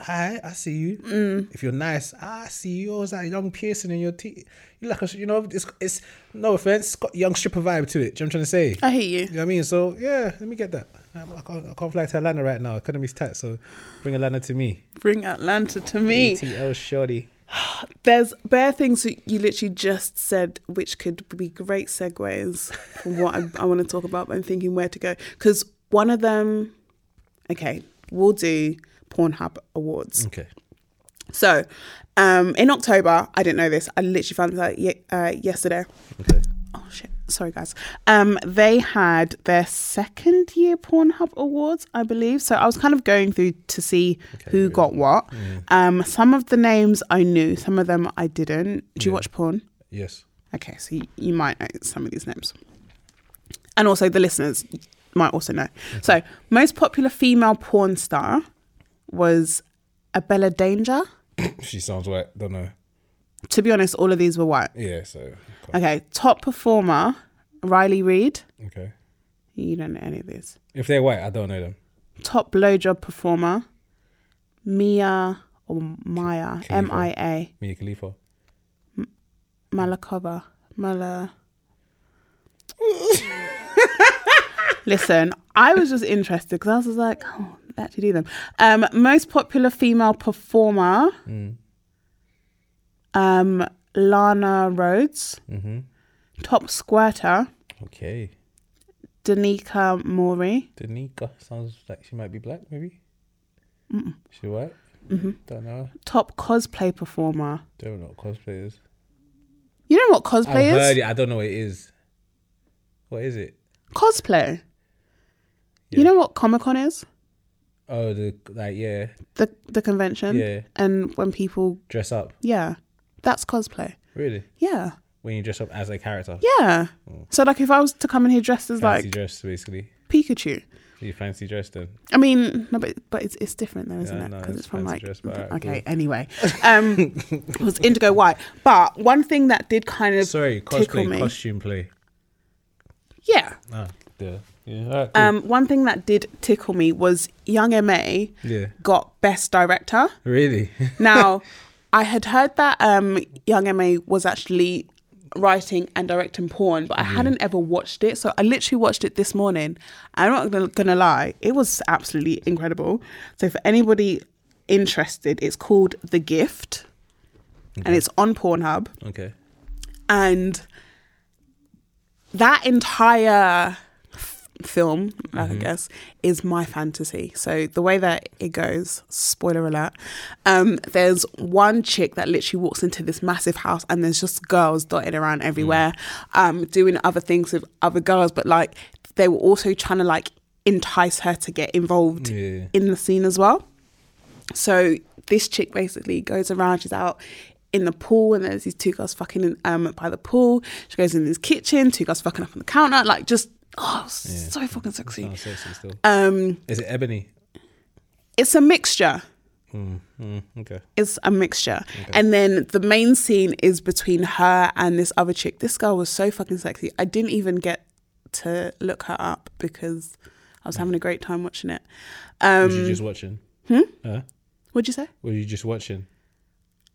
G: hi, I see you.
F: Mm.
G: If you're nice, I see you. Always that young piercing in your teeth. You like a, you know, it's it's no offense, it's got young stripper vibe to it. Do you know what I'm trying to say?
F: I hate you.
G: You know what I mean? So yeah, let me get that. I I can't, I can't fly to Atlanta right now. Economy's tight, so bring Atlanta to me.
F: Bring Atlanta to me.
G: ATL shorty.
F: There's bare things that you literally just said, which could be great segues for what I, I want to talk about. But I'm thinking where to go because one of them, okay, we'll do Pornhub Awards.
G: Okay.
F: So, um, in October, I didn't know this. I literally found this out ye- uh, yesterday.
G: Okay.
F: Oh shit! Sorry, guys. Um, they had their second year Pornhub Awards, I believe. So I was kind of going through to see who got what. Um, some of the names I knew, some of them I didn't. Do you watch porn?
G: Yes.
F: Okay, so you, you might know some of these names, and also the listeners might also know. So most popular female porn star was Abella Danger.
G: she sounds white. Don't know.
F: To be honest, all of these were white.
G: Yeah. So
F: Okay, top performer Riley Reid.
G: okay.
F: You don't know any of these.
G: If they're white, I don't know them.
F: Top blowjob performer Mia or Maya
G: Khalifa.
F: M I A
G: Mia Khalifa.
F: Malakova
G: <laughs>
F: Mala. Listen, I was just interested because I was just like, oh, they actually do them. Um, most popular female performer,
G: Mm.
F: um, Lana Rhodes.
G: Mm-hmm.
F: Top squirter,
G: Okay.
F: Danica Mori.
G: Danica sounds like she might be black, maybe. She white. Don't know.
F: top cosplay performer.
G: Don't know what cosplay is.
F: You know what
G: I've
F: cosplay
G: heard
F: is?
G: it. I don't know what it is. What is it?
F: Cosplay. You
G: Yeah.
F: know what Comic Con is?
G: Oh, the like yeah,
F: The the convention.
G: Yeah.
F: And when people
G: dress up.
F: yeah. That's cosplay.
G: Really?
F: Yeah.
G: When you dress up as a character.
F: Yeah. So like if I was to come in here dressed as
G: Oh. Fancy
F: like
G: dress, basically.
F: Pikachu.
G: You fancy dress then?
F: I mean, no, but but it's it's different though, isn't
G: Yeah,
F: it?
G: no,
F: Because
G: it's
F: it's from
G: fancy
F: like
G: dress, but alright,
F: okay.
G: cool. <laughs>
F: Anyway, um, it was indigo white. But one thing that did kind of
G: Sorry,
F: tickle
G: cosplay,
F: me,
G: costume play.
F: yeah.
G: Ah, yeah. Yeah. all right, cool.
F: Um, one thing that did tickle me was Young Ma
G: yeah.
F: got best director.
G: Really? <laughs>
F: <laughs> Now, I had heard that um, Young MA was actually writing and directing porn, but I hadn't ever watched it. So I literally watched it this morning. I'm not gonna, gonna lie, it was absolutely incredible. So for anybody interested, it's called The Gift, and it's on Pornhub
G: okay.
F: and that entire f- film i guess is my fantasy so the way that it goes spoiler alert um there's one chick that literally walks into this massive house and there's just girls dotted around everywhere um doing other things with other girls but like they were also trying to like entice her to get involved
G: Yeah.
F: in the scene as well so this chick basically goes around, she's out in the pool, and there's these two girls fucking in, um, by the pool. She goes in this kitchen, two girls fucking up on the counter, like just, oh, so fucking sexy.
G: Sounds Oh, sexy still.
F: Um,
G: Is it ebony?
F: it's a mixture.
G: Mm, okay.
F: It's a mixture. And then the main scene is between her and this other chick. This girl was so fucking sexy. I didn't even get to look her up because I was having a great time watching it.
G: Was you
F: Um,
G: just watching? Hmm? Huh?
F: what'd you say?
G: Were you just watching?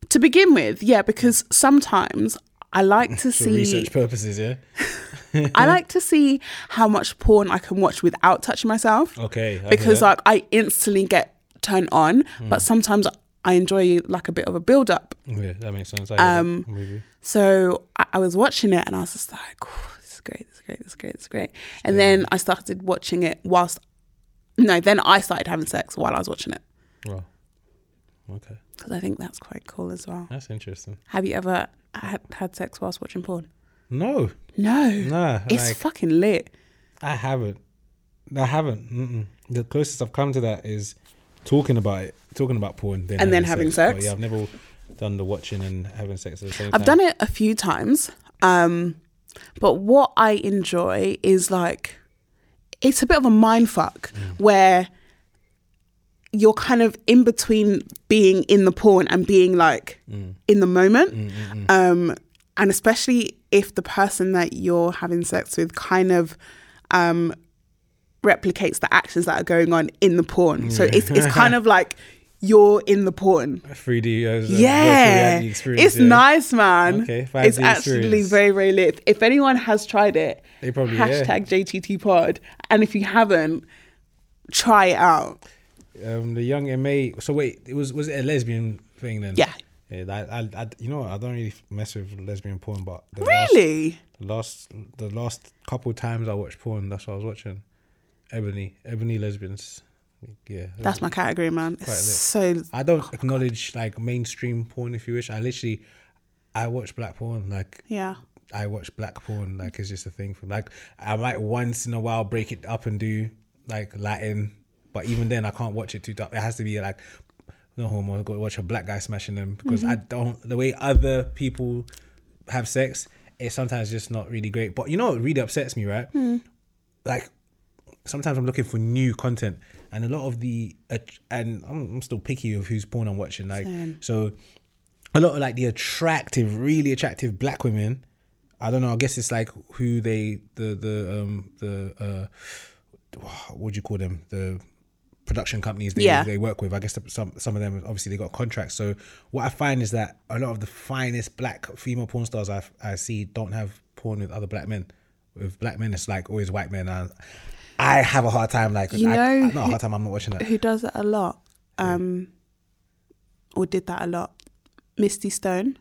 F: To begin with, yeah, because sometimes I like to
G: For
F: see
G: research purposes, yeah? Mm.
F: I like to see how much porn I can watch without touching myself.
G: Okay. I hear Mm.
F: Because
G: that.
F: like I instantly get turned on, but sometimes I enjoy like a bit of a build up.
G: Yeah, that makes sense. I hear
F: um,
G: that. I'm with you.
F: So I, I was watching it and I was just like, "Whew, this is great, this is great, this is great, this is great. And then I started watching it whilst no, then I started having sex while I was watching it
G: Well, okay.
F: because I think that's quite cool as well.
G: That's interesting.
F: Have you ever had, had sex whilst watching porn?
G: No.
F: No,
G: Nah.
F: it's
G: like,
F: fucking lit.
G: I haven't. I haven't. Mm-mm. The closest I've come to that is talking about it, talking about porn, then
F: And then having
G: But
F: sex?
G: yeah, I've never done the watching and having sex at the same time.
F: I've done it a few times. Um, but what I enjoy is like, it's a bit of a mind fuck where you're kind of in between being in the porn and being like in the moment. Um, and especially if the person that you're having sex with kind of um, replicates the actions that are going on in the porn. So it's, it's kind of like you're in the porn.
G: 3D. uh, virtual
F: Yeah,
G: reality experience,
F: it's
G: yeah.
F: nice, man.
G: Okay, 5D
F: it's actually
G: experience.
F: very, very lit. If anyone has tried it,
G: They probably, yeah.
F: hashtag JTT Pod, and if you haven't, try it out.
G: Um, the young MA. So wait, it was was it a lesbian thing then?
F: Yeah.
G: Yeah, that- I, I, you know, what, I don't really mess with lesbian porn, but the
F: Really?
G: last, last the last couple times I watched porn, that's what I was watching. Ebony, ebony lesbians. Yeah,
F: That's my category, man. It's so
G: I don't acknowledge like mainstream porn, if you wish. I literally, I watch black porn. Like,
F: yeah.
G: I watch black porn. Like, it's just a thing for like. I might once in a while break it up and do like Latin, but even then, I can't watch it too dark. It has to be like no homo. Go watch a black guy smashing them because I don't the way other people have sex. It's sometimes just not really great. But you know, what really upsets me, right? Like sometimes I'm looking for new content, and a lot of the att- and I'm, I'm still picky of whose porn I'm watching. Like so, a lot of like the attractive, really attractive black women. I don't know. I guess it's like who they the the um the uh <sighs> what do you call them the production companies they,
F: Yeah.
G: they work with. I guess the- some some of them obviously they got contracts. So what I find is that a lot of the finest black female porn stars I I see don't have porn with other black men. With black men, it's like always white men. And I have a hard time like
F: You
G: I,
F: know
G: not a
F: who-
G: hard time. I'm not watching that.
F: Who does it a lot? Um, or did that a lot? Misty Stone.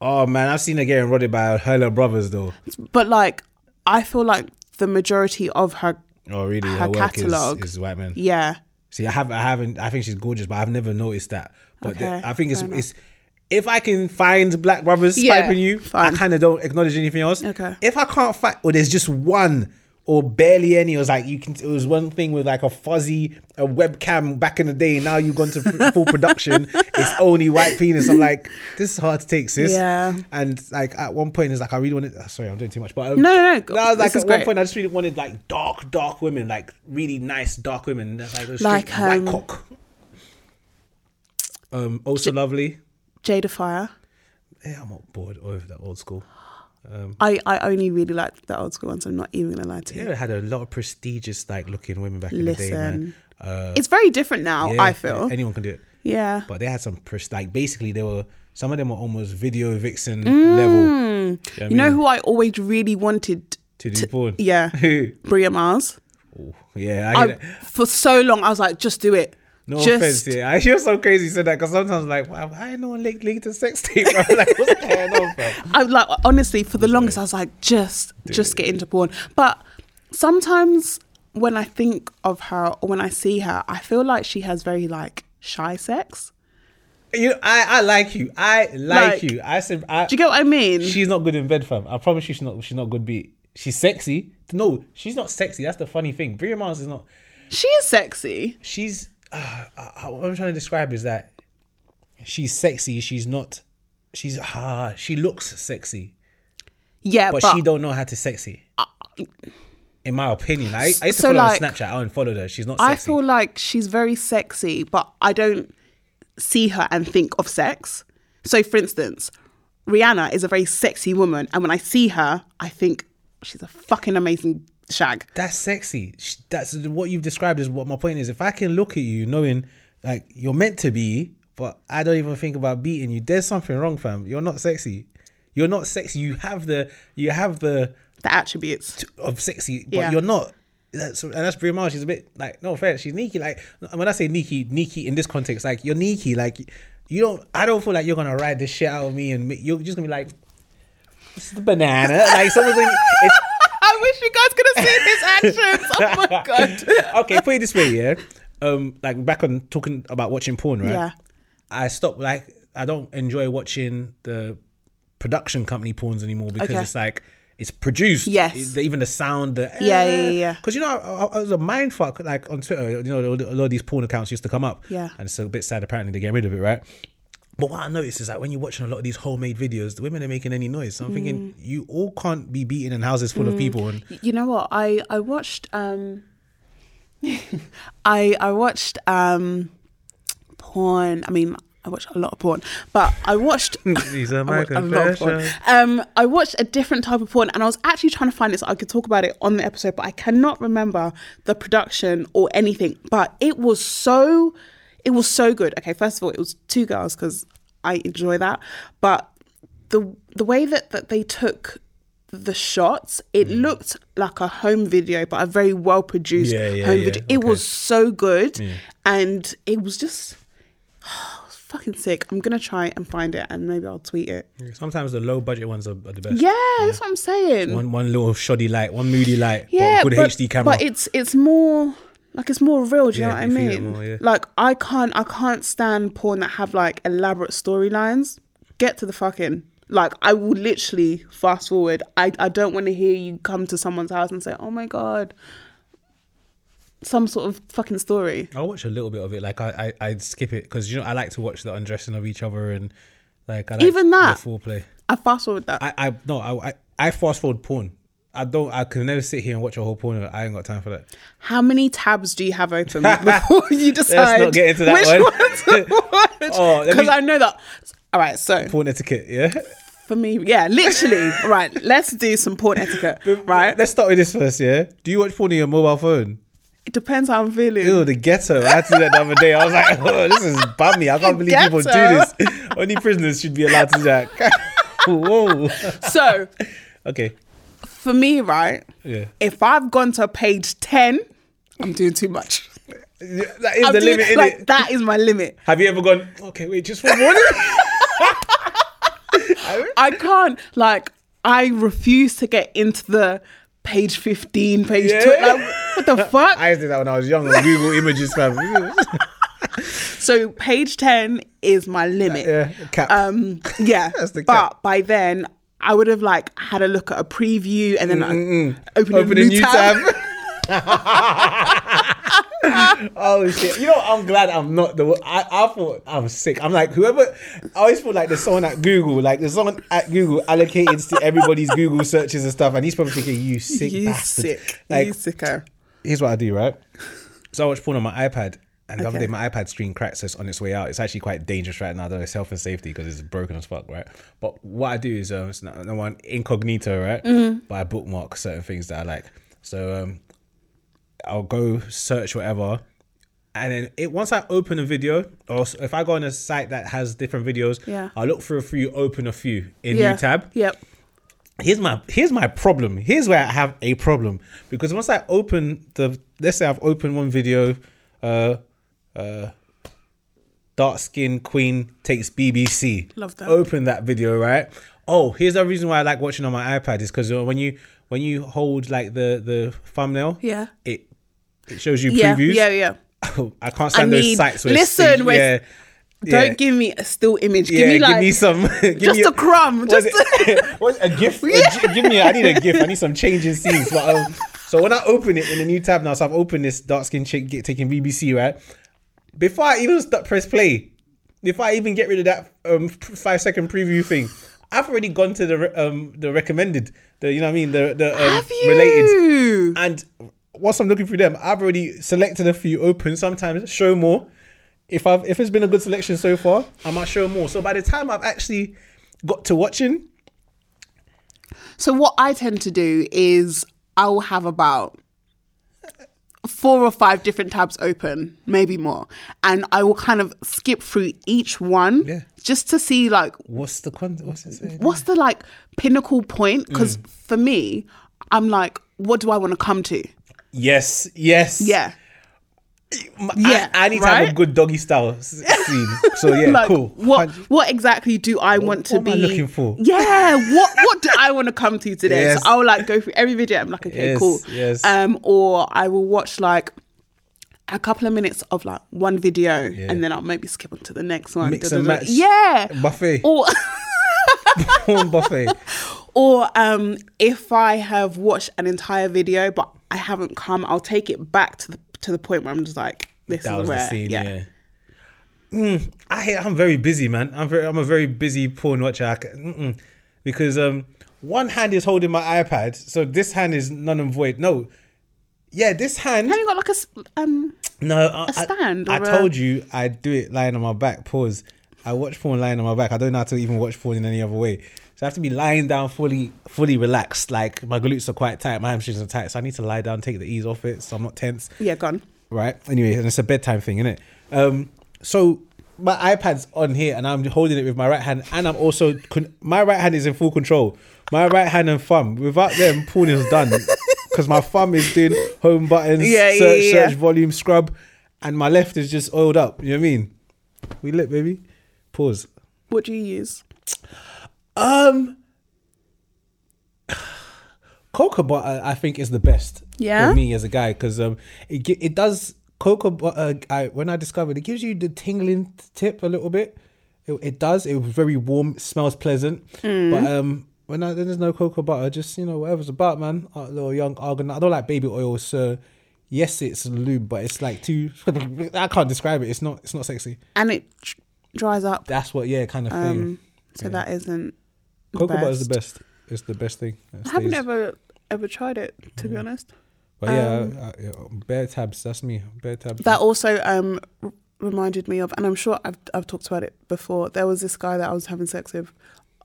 G: Oh man, I've seen her getting rodded by her little brothers though.
F: But like, I feel like the majority of her,
G: Oh really? Her,
F: Her
G: work is,
F: catalogue.
G: is white men.
F: yeah,
G: See, I have, I haven't. I think she's gorgeous, but I've never noticed that. But the-
F: Okay,
G: I think it's,
F: fair enough.
G: it's if I can find black brothers
F: Yeah,
G: typing you,
F: fine.
G: I kind of don't acknowledge anything else.
F: Okay.
G: If I can't find, or there's just one, or barely any. It was like you can. It was one thing with like a fuzzy a webcam back in the day. Now you've gone to
F: <laughs>
G: f- full production. It's only white penis. I'm like, this is hard to take, sis.
F: Yeah.
G: And like at one point, it's like I really wanted. Sorry, I'm doing too much. But um,
F: No, no, no, go-
G: I
F: this
G: was
F: is
G: like at one
F: great.
G: point, I just really wanted like dark, dark women, like really nice dark women. That's like those
F: Like,
G: straight white
F: um,
G: cock. Um, also lovely.
F: Jada Fire.
G: Yeah, I'm not bored of that old school.
F: I, I only really like the old school ones. I'm not even gonna lie to you.
G: Yeah, had a lot of prestigious like looking women back in the day, man.
F: Listen, it's very different now.
G: Yeah,
F: I feel.
G: anyone can do it,
F: yeah.
G: but they had some pres- like basically they were some of them were almost video vixen level
F: Mm. you know who I always really wanted.
G: to do porn. <laughs>
F: Yeah,
G: Who?
F: Bria Mars.
G: yeah, I,
F: I,
G: get it.
F: for so long, I was like, just do it.
G: No
F: just,
G: offense, yeah. I feel so crazy you said that because sometimes like, wow, I ain't no one linked, linked to sex tape. <laughs> I'm like, what's going on, bro?
F: I like honestly for the longest I was like just just get into porn. But sometimes when I think of her or when I see her, I feel like she has very like shy sex.
G: You, I, I like you. I like,
F: Like-
G: you. I said, I,
F: Do you get what I mean?
G: she's not good in bed, fam. I promise you, she's not. She's not good. Be she's sexy. No, she's not sexy. That's the funny thing. Bria Mars is not.
F: she is sexy.
G: She's. Uh, uh, what I'm trying to describe is that she's sexy. She's not. She's ah. she looks sexy,
F: Yeah,
G: but,
F: but,
G: she don't know how to sexy. in my opinion, I, I used to
F: So,
G: follow
F: like,
G: her on Snapchat. I unfollowed her. She's not. Sexy.
F: I feel like she's very sexy, but I don't see her and think of sex. So for instance, Rihanna is a very sexy woman and when I see her, I think she's a fucking amazing shag.
G: that's sexy. Sh- That's what you've described is what my point is. If I can look at you knowing like you're meant to be, but I don't even think about beating you, there's something wrong, fam. You're not sexy. You're not sexy. You have the you have the
F: The attributes.
G: of sexy, but
F: Yeah.
G: you're not. That's, and that's Brie Mars. She's a bit like no offense. She's Nikki. Like when I say Nikki, Nikki in this context, like you're Nikki. Like you don't. I don't feel like you're gonna ride this shit out of me, and me, you're just gonna be like, this is the banana. <laughs> Like someone's gonna. It's,
F: I wish you guys could have seen his actions. Oh
G: <laughs>
F: my god.
G: okay, put it this way, yeah. Um, like back on talking about watching porn, right?
F: Yeah.
G: I stopped like I don't enjoy watching the production company porns anymore because
F: Okay.
G: it's like it's produced.
F: Yes.
G: It- even the sound. The,
F: Yeah, yeah, yeah.
G: Because you know, I, I was a mind fuck like on Twitter. You know, a lot of these porn accounts used to come up.
F: Yeah.
G: And it's a bit sad. Apparently, they're getting rid of it, right? But what I noticed is that when you're watching a lot of these homemade videos, the women are making any noise. So I'm
F: Mm.
G: thinking, you all can't be beaten in houses full of people. And
F: You know what? I I watched <laughs> um I I watched um porn. I mean, I watched a lot of porn, but I watched
G: <laughs> These are my
F: <laughs> I watched a lot of porn.
G: confessions.
F: Um, I watched a different type of porn, and I was actually trying to find it so I could talk about it on the episode, but I cannot remember the production or anything. But it was so, it was so good. Okay, first of all, it was two girls because I enjoy that, but the the way that that they took the shots it
G: Mm.
F: looked like a home video but a very well produced
G: Yeah, yeah,
F: home
G: yeah,
F: video it
G: okay.
F: was so good and it was just fucking sick. I'm gonna try and find it and maybe I'll tweet it.
G: Sometimes the low budget ones are, are the best.
F: Yeah, that's what I'm saying.
G: One one little shoddy light, one moody light,
F: yeah,
G: yeah, but good
F: but,
G: HD camera.
F: but it's it's more like it's more real. Do you
G: Yeah,
F: know what I
G: you feel it
F: mean?
G: more, yeah.
F: Like I can't I can't stand porn that have like elaborate storylines. Get to the fucking like I will literally fast forward. I I don't want to hear you come to someone's house and say, "Oh my god." Some sort of fucking story.
G: I watch a little bit of it. Like I I I'd skip it because you know I like to watch the undressing of each other and like I like
F: Even that.
G: the foreplay.
F: I fast forward that.
G: I I no I I, I fast forward porn. I don't. I can never sit here and watch a whole porno. I ain't got time for that.
F: How many tabs do you have
G: <laughs>
F: open before you decide?
G: not get into that one.
F: which one.
G: <laughs> Oh, let me-
F: Because I know that. All right, so
G: Porn etiquette, yeah. <laughs>
F: for me, yeah, literally. All right, let's do some porn
G: <laughs>
F: etiquette. Right,
G: Let's start with this first, yeah. Do you watch porn on your mobile phone?
F: it depends how I'm feeling.
G: Ew, the ghetto. I had to do that the other day. I was like, <laughs> oh, this is bummy. I can't believe people do
F: Ghetto.
G: this. Only prisoners should be allowed to
F: <laughs>
G: do that. Whoa.
F: So
G: Okay.
F: for me, right,
G: Yeah.
F: if I've gone to page ten, I'm doing too much.
G: That is
F: I'm
G: the
F: doing-
G: limit,
F: like,
G: innit? it?
F: That is my limit.
G: Have you ever gone, okay, wait, just one more? <laughs>
F: I can't like I refuse to get into the page fifteen, page
G: Yeah.
F: two. Like, what the fuck?
G: <laughs> I used to do that when I was young on Google Images, fam. <laughs>
F: so page ten is my limit.
G: yeah, cap.
F: Um, yeah.
G: <laughs> That's the
F: but
G: cap.
F: by then I would have like had a look at a preview and then I open,
G: Open
F: a new, tab. <laughs>
G: oh shit! You know, what? I'm glad I'm not the. one- I, I thought I'm sick. I'm like whoever. I always feel like there's someone at Google, like there's someone at Google allocated to everybody's Google searches and stuff, and he's probably thinking, "You <laughs> sick
F: you
G: bastard!"
F: sick.
G: Like,
F: you sicko.
G: here's what I do,
F: <laughs>
G: right? So I watch porn on my iPad, and the other
F: Okay.
G: day my iPad screen cracked, so it's on its way out. It's actually quite dangerous right now. I don't know, self and safety because it's broken as fuck, right? But what I do is, um, it's not, no one incognito, right?
F: Mm-hmm.
G: But I bookmark certain things that I like. So um, I'll go search whatever. And then it once I open a video, or s- if I go on a site that has different videos,
F: Yeah.
G: I'll look for a few, open a few in
F: Yeah.
G: new tab
F: Yep.
G: here's my here's my problem. Here's where I have a problem because once I open the let's say I've opened one video, uh, uh, dark skin queen takes BBC.
F: Love that.
G: Open that video, right? Oh, here's the reason why I like watching on my iPad is because when you when you hold like the the thumbnail,
F: Yeah.
G: it it shows you
F: Yeah.
G: previews. <laughs>
F: Yeah.
G: Oh,
F: Yeah.
G: I can't stand
F: I
G: those
F: need-
G: sites. Where
F: listen,
G: it's,
F: where
G: yeah,
F: it's- Don't
G: yeah.
F: give me a still image.
G: Yeah,
F: give me like
G: some, <laughs> give
F: just a crumb,
G: was
F: just <laughs>
G: it- <laughs> was a gift. give me. I need a gift. I need some changing scenes. But um, so when I open it in the new tab now, so I've opened this dark skin chick get, taking BBC right. Before I even start press play, before I even get rid of that um p- five second preview thing, I've already gone to the re- um the recommended. The you know what I mean the the um,
F: Have you?
G: related and. Whilst I'm looking through them, I've already selected a few open. Sometimes show more, if I've if it's been a good selection so far, I might show more. So by the time I've actually got to watching,
F: So what I tend to do is I will have about four or five different tabs open, maybe more, and I will kind of skip through each one
G: Yeah.
F: just to see like
G: what's the con- what's it saying?
F: what's the like pinnacle
G: Mm.
F: point because for me, I'm like, what do I want to come to?
G: Yes, yes,
F: Yeah.
G: M- I-
F: yeah,
G: I, need to have a
F: right?
G: good doggy style s- scene. So yeah,
F: <laughs> like
G: cool.
F: what what exactly do I want to
G: what
F: be
G: am I looking for?
F: Yeah, what what do I want to come to today?
G: Yes.
F: So I'll like go through every video. I'm like, okay,
G: Yes,
F: cool.
G: yes.
F: Um, or I will watch like a couple of minutes of like one video, and then I'll maybe skip on to the next one.
G: Mix
F: Da,
G: and
F: da, da.
G: match.
F: Yeah.
G: buffet,
F: Or <laughs>
G: porn buffet.
F: or um, if I have watched an entire video but I haven't come, I'll take it back to the to the point where I'm just like, this is
G: That was
F: where,
G: the scene. Yeah.
F: yeah.
G: Mm, I hate- I'm very busy, man. I'm very I'm a very busy porn watcher. I ca- mm-mm. because um, one hand is holding my iPad, so this hand is none and void. No, yeah, this hand.
F: Have you got like a s- um?
G: No, I, I-
F: stand
G: I
F: or a-
G: told you I do it lying on my back. Pause. I watch porn lying on my back. I don't know how to even watch porn in any other way. So I have to be lying down, fully, fully relaxed. Like my glutes are quite tight, my hamstrings are tight, so I need to lie down, take the ease off it, so I'm not tense
F: Yeah, gone.
G: right? Anyway, and it's a bedtime thing, isn't it? Um, so my iPad's on here, and I'm holding it with my right hand, and I'm also con- my right hand is in full control. My right hand and thumb. Without them, porn is
F: <laughs>
G: done because my thumb is doing home buttons,
F: Yeah, yeah,
G: search,
F: yeah,
G: search,
F: yeah.
G: volume, scrub, and my left is just oiled up. You know what I mean? We lit, baby. Pause.
F: What do you use?
G: Um, cocoa butter, I think, is the best.
F: Yeah?
G: For me as a guy, because um, it gi- it does cocoa butter. I when I discovered it gives you the tingling tip a little bit. It, it does. It was very warm. it smells pleasant.
F: Mm.
G: But um, when I, there's no cocoa butter, just you know whatever's about, man. A little young argonaut. I don't like baby oil, so. Yes, it's lube, but it's like too. <laughs> I can't describe it. It's not. It's not sexy.
F: and it dr- dries up.
G: That's what. Yeah, kind of
F: Um,
G: thing.
F: So that isn't.
G: Cocoa butter is Mm-hmm. the best. It's the best thing. It
F: I've
G: stays-
F: never ever tried it, to be honest.
G: But yeah, uh, yeah, bare tabs. That's me. Bare tabs.
F: um, That also um, r- reminded me of, and I'm sure I've, I've talked about it before. There was this guy that I was having sex with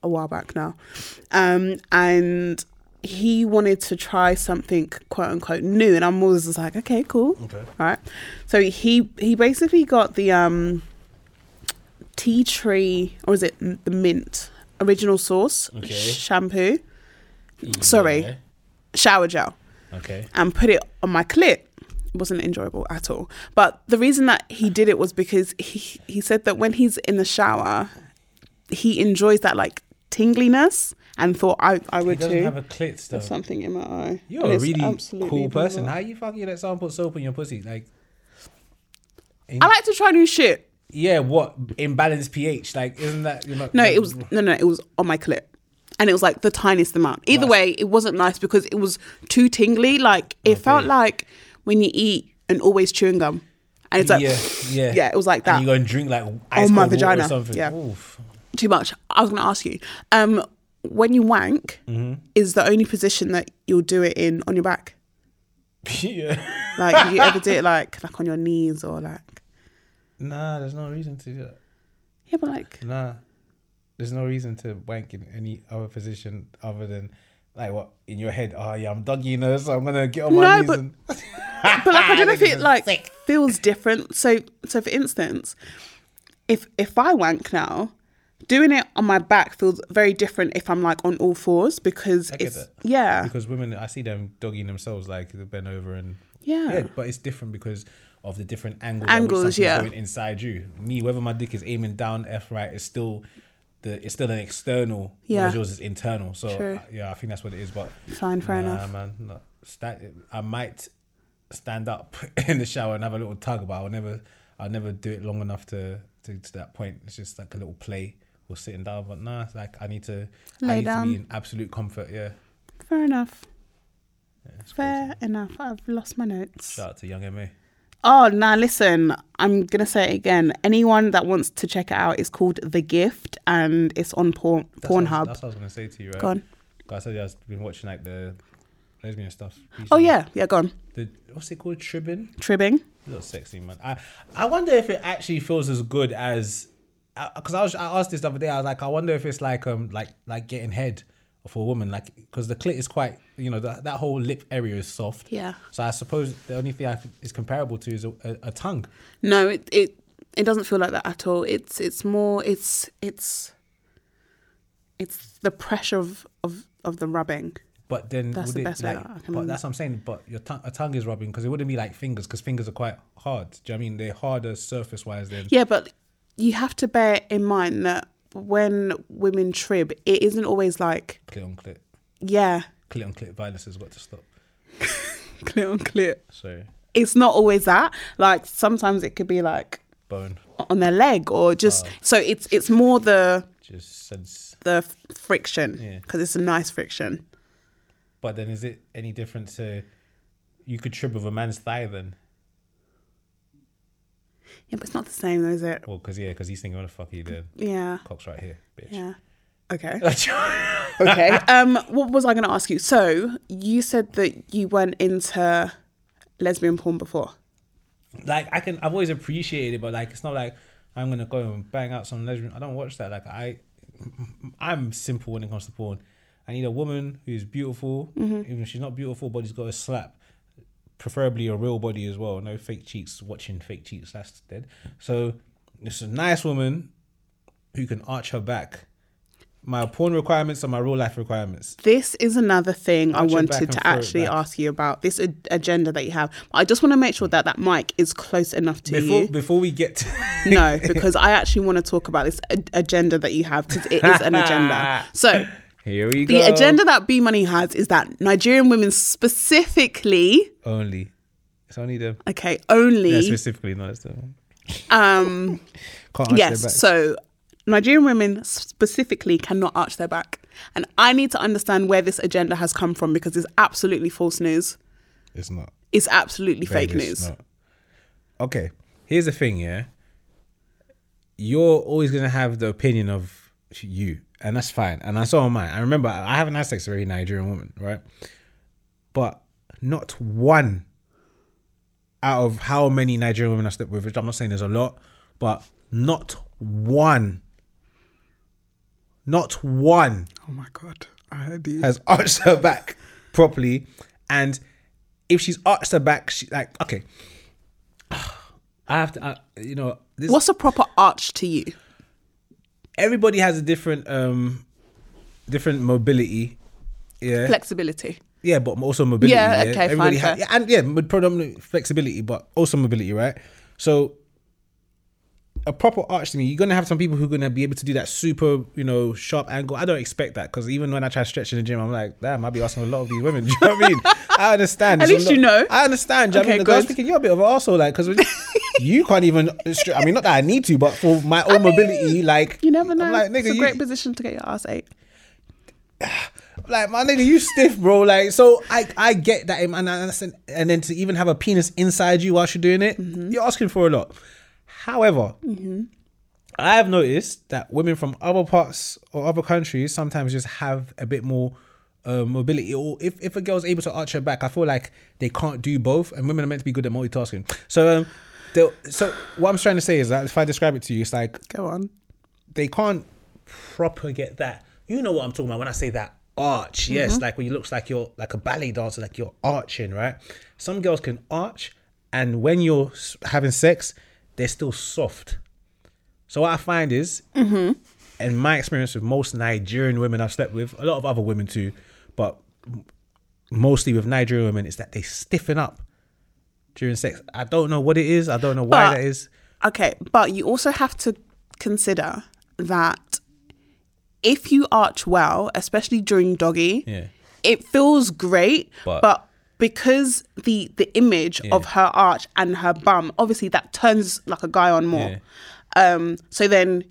F: a while back now, um, and he wanted to try something quote unquote new, and I'm always just like, okay, cool,
G: Okay.
F: all right. So he he basically got the um, tea tree, or is it m- the mint original sauce
G: Okay. Mm-hmm.
F: shampoo? Sorry,
G: Yeah.
F: shower gel
G: Okay.
F: and put it on my clit. It wasn't enjoyable at all. But the reason that he did it was because he he said that when he's in the shower, he enjoys that like tingliness and thought I I
G: He
F: would
G: doesn't
F: too.
G: have a clit
F: There's
G: though.
F: something in my eye.
G: You're
F: And
G: a
F: it's
G: really
F: absolutely
G: cool person.
F: bizarre.
G: How you fucking let someone put soap in your pussy? Like,
F: I like to try new shit.
G: yeah, what imbalanced pH? Like, isn't that you're not?
F: No, it was no no, it was on my clit. And it was like the tiniest amount. Either way, it wasn't nice because it was too tingly. Like it felt like when you eat and always chewing gum. And it's like
G: yeah, yeah,
F: yeah, it was like that.
G: And you go and drink like ice
F: my
G: cold water
F: vagina,
G: or something.
F: yeah.
G: Oof. <laughs>
F: too much. I was going to ask you, um, when you wank,
G: Mm-hmm.
F: is the only position that you'll do it in on your back?
G: yeah.
F: Like, do you ever do it like like on your knees or like?
G: Nah, there's no reason to do that.
F: Yeah, but like,
G: Nah, there's no reason to wank in any other position other than like what in your head. Oh yeah, I'm doggy nurse. I'm gonna get on my
F: No,
G: knees.
F: but-
G: and...
F: but like I don't know if
G: Niggas
F: it
G: are
F: like
G: sick.
F: feels different. So so for instance, if if I wank now, doing it on my back feels very different if I'm like on all fours because
G: I get
F: it's
G: that.
F: yeah
G: because women, I see them dogging themselves like they bend over and
F: Yeah.
G: but it's different because of the different angles. at which
F: Angles,
G: something's
F: yeah.
G: going inside you. Me, whether my dick is aiming down f right, it's still the it's still an external.
F: Yeah.
G: whereas yours is internal. So
F: True.
G: uh, yeah, I think that's what it is. But
F: fine fair
G: nah,
F: enough.
G: man, no, stand, I might stand up <laughs> in the shower and have a little tug, but I'll never I'll never do it long enough to to, to that point. It's just like a little play. Or sitting down, but nah, it's like I need to,
F: Lay
G: I need to
F: down.
G: be in absolute comfort. Yeah,
F: Fair enough.
G: it's crazy.
F: Fair enough. I've lost my notes.
G: Shout out to Young MA.
F: Oh, now listen, I'm going to say it again. Anyone that wants to check it out, it's called The Gift and it's on porn,
G: What, I was-
F: Pornhub.
G: that's what I was going to say to you, right?
F: Go on.
G: I said I've been watching like the lesbian stuff. recently.
F: Oh, yeah. Yeah, go on.
G: The, what's it called? Tribbing?
F: Tribbing.
G: A little sexy, man. I, I wonder if it actually feels as good as. Because I was I asked this the other day. I was like, I wonder if it's like um like like getting head for a woman like because the clit is quite you know that that whole lip area is soft
F: Yeah.
G: so i suppose the only thing i could, is comparable to is a, a, a tongue
F: No, it, it it doesn't feel like that at all. It's it's more it's it's it's the pressure of of of the rubbing.
G: But then
F: That's
G: would
F: the
G: it,
F: best way
G: like,
F: that I can-
G: but that's what I'm saying. But your tongue, a tongue is rubbing because it wouldn't be like fingers because fingers are quite hard. Do you know what I mean they're harder surface wise than
F: Yeah, but you have to bear in mind that when women trib, it isn't always like
G: clit on clit?
F: yeah, <laughs>
G: Clit on clit violence has got to stop.
F: clear on clear.
G: So
F: It's not always that. Like sometimes it could be like
G: bone
F: on their leg or
G: Oh.
F: just so it's it's more the
G: just sense.
F: the f- friction
G: Yeah.
F: because it's a nice friction
G: But then is it any different to you could trip with a man's thigh then?
F: yeah but it's not the same though is it
G: Well, because yeah, because he's thinking, "What the fuck are you doing?
F: yeah
G: Cock's right here, bitch."
F: yeah
G: <laughs>
F: okay okay um what was i going to ask you so you said that you went into lesbian porn before
G: like I can I've always appreciated it, but like it's not like I'm gonna go and bang out some lesbian. I don't watch that. Like I, I'm simple when it comes to porn. I need a woman who's beautiful,
F: Mm-hmm.
G: even if she's not beautiful, but she's got a slap, preferably a real body as well. No fake cheeks. Watching fake cheeks, that's dead. So it's a nice woman who can arch her back. My porn requirements are my real life requirements.
F: this is another thing I
G: Arch it back
F: wanted
G: and
F: to
G: throw it
F: actually
G: back.
F: ask you about this a- agenda that you have. I just want to make sure that that mic is close enough to
G: Before
F: you.
G: <laughs> before we get to
F: No, because I actually want to talk about this a- agenda that you have because it is an
G: <laughs>
F: agenda. So,
G: <laughs> here we
F: the agenda that B Money has is that Nigerian women specifically,
G: only. It's only the
F: okay,
G: yeah,
F: only,
G: specifically not it's the
F: um,
G: Can't arch
F: yes,
G: their backs.
F: so Nigerian women specifically cannot arch their back. And I need to understand where this agenda has come from because it's absolutely false news.
G: it's not
F: It's absolutely fake
G: Babe, it's
F: news.
G: not. Okay, here's the thing, yeah. You're always gonna have the opinion of you, and that's fine. And I saw mine. I remember I I haven't had sex with a Nigerian woman, right? but not one out of how many Nigerian women I slept with, which I'm not saying there's a lot, but not one, not one
F: Oh my god, I heard you.
G: has <laughs> arched her back properly, and if she's arched her back, she like okay. <sighs> I have to, I, you know, this,
F: What's a proper arch to you?
G: everybody has a different, um different mobility.
F: Eh.
G: Yeah,
F: Flexibility.
G: yeah, but also mobility.
F: Yeah, okay, fine,
G: everybody
F: fair.
G: yeah, and yeah, but predominantly flexibility, but also mobility, right? So a proper arch to me, you're gonna have some people who are gonna be able to do that super, you know, sharp angle. I don't expect that because even when I try to stretch in the gym, I'm like, damn, I'll be asking a lot of these women. <laughs> Do you know what I mean? I understand.
F: At
G: There's
F: least
G: a lot-
F: you know.
G: I understand. Do you know what I
F: Okay,
G: mean? The girl's
F: good.
G: thinking you're a bit of an arsehole, like because you can't even. Stre- I mean, not that I need to, but for my own mobility, like
F: You never
G: I'm
F: know.
G: Like, nigga,
F: it's a
G: you-
F: great position to get your ass ate.
G: like my nigga, you stiff, bro. Like so, I I get that, and I understand. And then to even have a penis inside you whilst you're doing it, you're asking for a lot. However, I have noticed that women from other parts or other countries sometimes just have a bit more uh, mobility. Or if, if a girl's able to arch her back, I feel like they can't do both, and women are meant to be good at multitasking. So, um, they'll- so what I'm trying to say is that if I describe it to you, it's like
F: Go on.
G: they can't proper get that. You know what I'm talking about when I say that arch. Yes, like when you looks like you're like a ballet dancer, like you're arching, right? Some girls can arch, and when you're s- having sex, they're still soft. So what I find is, in my experience with most Nigerian women I've slept with, a lot of other women too, but m- mostly with Nigerian women, is that they stiffen up during sex. I don't know what it is. I don't know why
F: But-
G: that is.
F: Okay, but you also have to consider that if you arch well, especially during doggy,
G: Yeah.
F: it feels great,
G: But-
F: but, because the the image of her arch and her bum, obviously that turns like a guy on more. Um, so then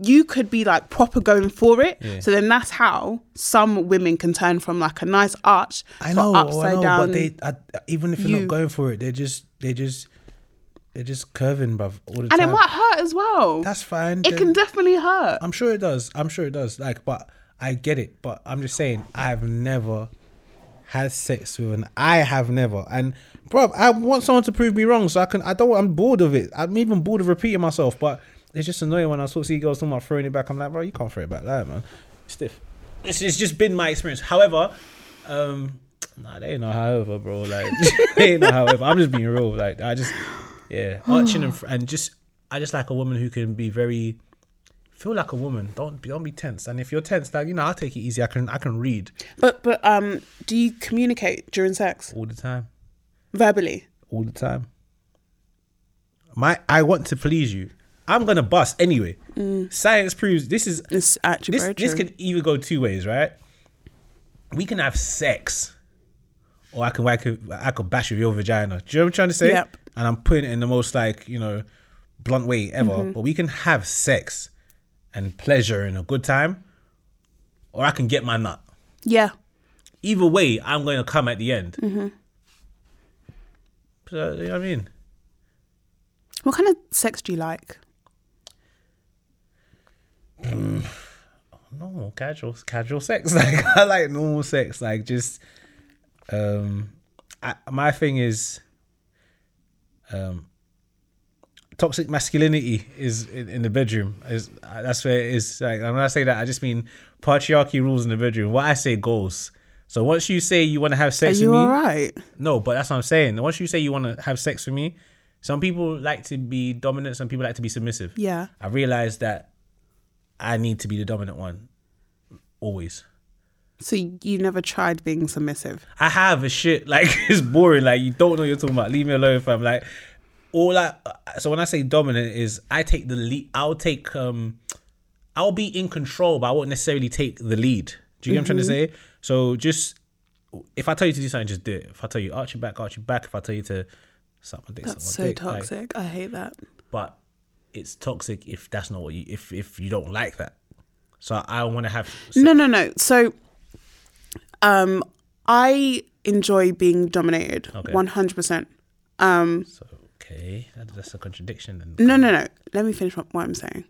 F: you could be like proper going for it. So then that's how some women can turn from like a nice arch
G: I
F: to
G: know,
F: upside
G: I know,
F: down.
G: but they I, even if you're not
F: you.
G: going for it, they're just they're just they're just curving, bruv. All the
F: and
G: time.
F: it might hurt as well.
G: That's fine.
F: it can definitely hurt.
G: I'm sure it does. I'm sure it does. Like, but I get it. But I'm just saying, I've never had sex with an. I have never. And bruv, I want someone to prove me wrong, so I can. I don't. I'm bored of it. I'm even bored of repeating myself. But it's just annoying when I sort of see girls talking about throwing it back. I'm like, bro, you can't throw it back, like that, man. It's stiff. It's, it's just been my experience. However, um, nah, they ain't know. However, bro, like <laughs> they ain't know. However, I'm just being real. Like I just, yeah, arching and, fr- and just. I just like a woman who can be very feel like a woman. Don't be- don't be tense. And if you're tense, like you know, I'll take it easy. I can I can read
F: But but um, do you communicate during sex
G: all the time,
F: verbally?
G: all the time. My I want to please you. I'm gonna bust anyway. Science proves this is
F: Mm. It's actually
G: this
F: very
G: this
F: true.
G: could either go two ways, right? We can have sex, or I can I could I could bash with your vagina. Do you know what I'm trying to say?
F: Yep.
G: And I'm putting it in the most like you know blunt way ever.
F: Mm-hmm.
G: But we can have sex and pleasure in a good time, or I can get my nut.
F: Yeah.
G: either way, I'm going to come at the end.
F: Mm-hmm.
G: So, you know what I mean?
F: What kind of sex do you like?
G: Normal, casual, casual sex. <laughs> Like I like normal sex. Like just, um, I, my thing is, um, toxic masculinity is in, in the bedroom. Is uh, that's where it is. Like and when I say that, I just mean patriarchy rules in the bedroom. What I say goes. So once you say you want to have
F: Are
G: sex
F: you
G: with me,
F: all right?
G: No, but that's what I'm saying. Once you say you want to have sex with me, some people like to be dominant, some people like to be submissive.
F: Yeah.
G: I realized that I need to be the dominant one always.
F: So you never tried being submissive?
G: I have a shit <laughs> like it's boring. Like you don't know what you're talking about. Leave me alone, fam. Like all I uh, so when I say dominant is I take the lead. I'll take um, I'll be in control, but I won't necessarily take the lead. Do you get what I'm trying
F: Mm-hmm.
G: to say? So just if I tell you to do something, just do it. If I tell you arch your back, arch your back. If I tell you to suck my dick,
F: That's
G: suck my
F: so
G: dick. like,
F: toxic. I hate that.
G: but it's toxic if that's not what you if if you don't like that. So I want to have
F: No, no, no. So, um, I enjoy being dominated.
G: Okay.
F: One hundred percent.
G: So, okay, that, that's a contradiction. And
F: No, no, no. Let me finish what what I'm saying.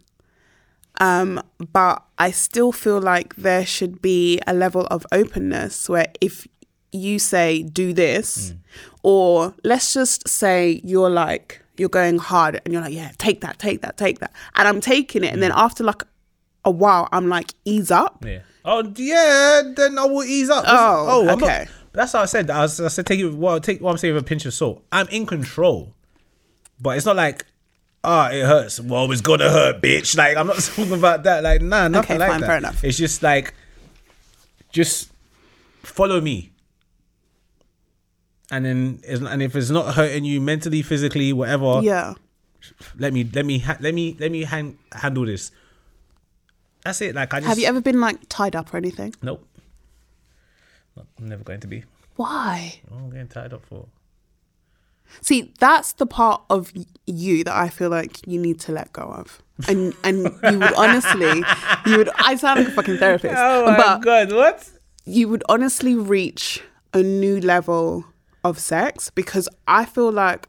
F: Um, but I still feel like there should be a level of openness where if you say do this, or let's just say you're like you're going hard and you're like yeah take that take that take that, and I'm taking it, and then after like a while I'm like ease up.
G: Yeah. Oh yeah, then I will ease up.
F: Oh,
G: I'm not-
F: okay.
G: that's how I said. I, was, I said take it. Well, take what I'm saying with a pinch of salt. I'm in control, but it's not like. Ah, it hurts. Well, it's gonna hurt, bitch. Like I'm not <laughs> talking about that. Like, nah, nothing
F: Okay,
G: like
F: fine,
G: that.
F: fair enough.
G: It's just like, just follow me, and then and if it's not hurting you mentally, physically, whatever,
F: Yeah.
G: let me let me ha- let me let me hand, handle this. That's it. Like I just
F: Have you ever been like tied up or anything?
G: Nope. Not, I'm never going to be.
F: Why?
G: I'm getting tied up for.
F: See, that's the part of y- you that I feel like you need to let go of. And and you would honestly, you would. I sound like a fucking therapist, but
G: Oh god, what?
F: you would honestly reach a new level of sex because I feel like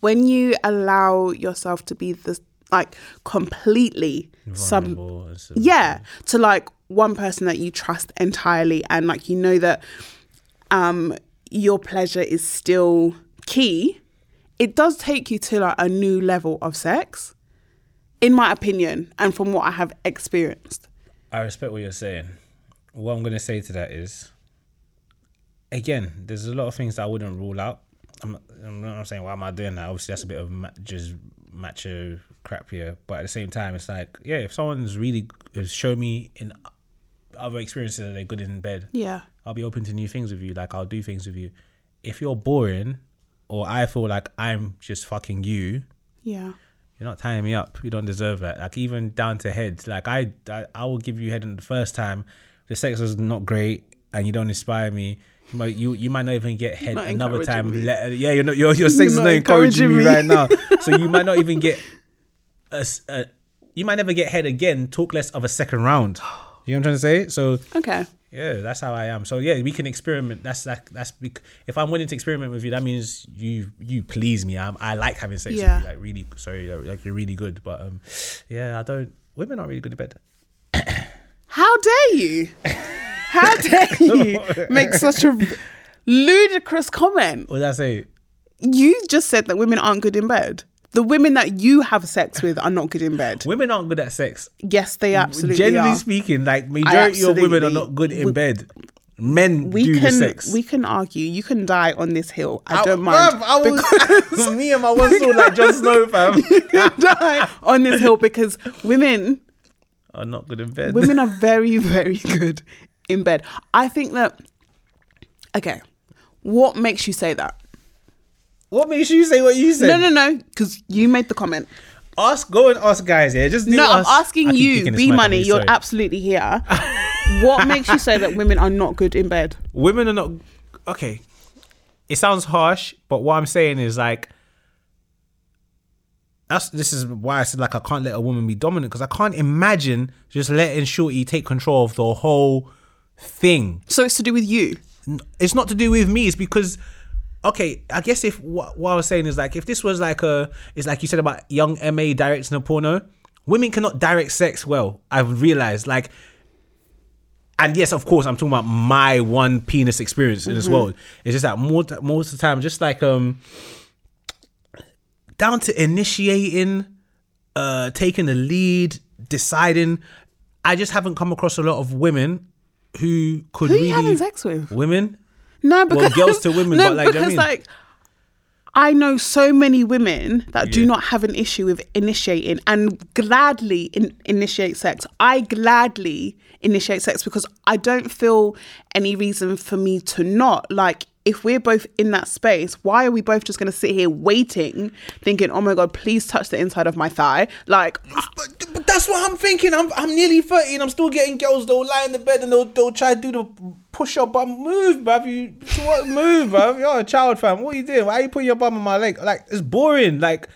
F: when you allow yourself to be this like completely sub yeah to like one person that you trust entirely and like you know that um your pleasure is still key it does take you to like a new level of sex in my opinion and from what i have experienced
G: I respect what you're saying. What I'm gonna say to that is, again, there's a lot of things that I wouldn't rule out. I'm, not- I'm not saying why am I doing that. Obviously, that's a bit of ma- just macho crap here. But at the same time, it's like, yeah, if someone's really has shown me in other experiences that they're good in bed,
F: yeah
G: I'll be open to new things with you. Like I'll do things with you. If you're boring, or I feel like I'm just fucking you,
F: yeah
G: you're not tying me up. You don't deserve that. Like even down to head. Like I, I, I will give you head on the first time. The sex was not great, and you don't inspire me. You might, you, you might not even get head
F: not
G: another time.
F: encouraging
G: Let- yeah, you're <laughs> not, your your sex is
F: not
G: not encouraging,
F: encouraging me.
G: me right now. So you <laughs> might not even get a, s- a- You might never get head again. Talk less of a second round. You know what I'm trying to say? So
F: okay
G: yeah, that's how I am. So yeah, we can experiment. That's that. That's bec- if I'm willing to experiment with you, that means you you please me. I'm, I like having sex
F: Yeah.
G: with you. Like really, sorry, like- like you're really good. But um, yeah, I don't. Women aren't really good in
F: <laughs>
G: bed.
F: How dare you? How <laughs> dare you make such a ludicrous comment?
G: What did I say?
F: You just said that women aren't good in bed. The women that you have sex with are not good in bed.
G: Women aren't good at sex.
F: Yes, they absolutely
G: Generally
F: are.
G: speaking, like majority of women are
F: absolutely-
G: not good in
F: we-
G: bed. Men
F: We
G: do
F: can
G: the sex.
F: we can argue. You can die on this hill. I don't
G: Bruv,
F: mind.
G: I
F: <laughs>
G: was, <laughs> me and my one soul like Jon Snow, fam,
F: Because- die on this hill because women
G: are not good in bed.
F: women are very very good in bed. I think that okay. What makes you say that?
G: <laughs> what makes you say what you say?
F: No, no, no, because you made the comment.
G: Ask, go and ask guys. Yeah, just do
F: No,
G: us.
F: I'm
G: I
F: asking
G: keep
F: you,
G: kicking this
F: B
G: mic on
F: Money,
G: me,
F: you're
G: sorry.
F: absolutely here. what makes you say that women are not good in bed?
G: women are not okay. It sounds harsh, but what I'm saying is like that's this is why I said like I can't let a woman be dominant because I can't imagine just letting Shorty take control of the whole thing.
F: So it's to do with you.
G: It's not to do with me. It's because okay, I guess if what, what I was saying is like if this was like a it's like you said about young MA directing a porno, women cannot direct sex well. I've realized like and yes, of course, I'm talking about my one penis experience in
F: Mm-hmm.
G: this world. It's just that more most of the time, just like um, down to initiating, uh, taking the lead, deciding. I just haven't come across a lot of women who could
F: Who are
G: really
F: you having sex with?
G: women.
F: No, because
G: girls to
F: <laughs>
G: women,
F: no,
G: but, like, do you know what I
F: because
G: mean?
F: like I know so many women that do
G: Yeah.
F: not have an issue with initiating and gladly in, initiate sex. I gladly initiate sex because I don't feel any reason for me to not. Like, if we're both in that space, why are we both just going to sit here waiting, thinking, oh my God, please touch the inside of my thigh? Like,
G: But, but that's what I'm thinking. I'm I'm nearly thirty and I'm still getting girls. They'll lie in the bed and they'll they'll try to do the push up bum move, bruv. You what move, bruv? You're a child, fam. What are you doing? Why are you putting your bum on my leg? Like it's boring. Like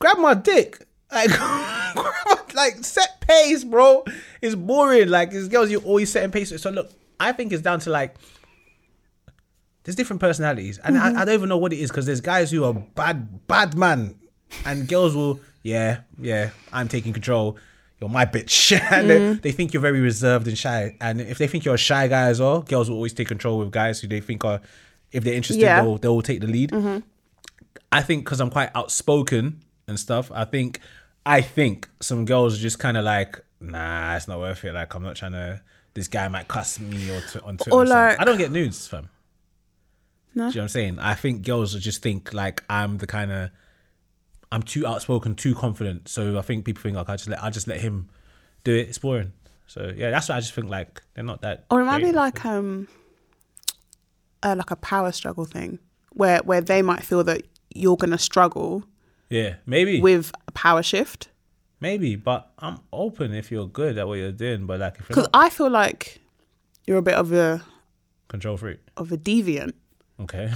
G: grab my dick. Like <laughs> grab my- like set pace, bro. It's boring. Like these girls, you're always setting pace. with. So look, I think it's down to like. There's different personalities, and I, I don't even know what it is because there's guys who are bad, bad man, and girls will, yeah, yeah, I'm taking control. you're my bitch. <laughs> and they,
F: Mm.
G: they think you're very reserved and shy. And if they think you're a shy guy as well, girls will always take control with guys who they think are, if they're interested,
F: Yeah. Mm-hmm.
G: they'll, they'll take the lead. I think because I'm quite outspoken and stuff, I think, I think some girls are just kind of like, nah, it's not worth it. Like, I'm not trying to, this guy might cuss me or t- on Twitter.
F: Or
G: or something.
F: like-
G: I don't get nudes, fam. Do you know what I'm saying? I think girls will just think like I'm the kind of I'm too outspoken, too confident. So I think people think like I just let I just let him do it. It's boring. So yeah, that's what I just think like they're not that.
F: Or it might be
G: great.
F: like um, uh, like a power struggle thing, where where they might feel that you're gonna struggle
G: yeah, maybe
F: with a power shift.
G: maybe, but I'm open if you're good at what you're doing. But like if you're
F: Because
G: not,
F: I feel like you're a bit of a
G: control freak,
F: of a deviant, <laughs>
G: okay,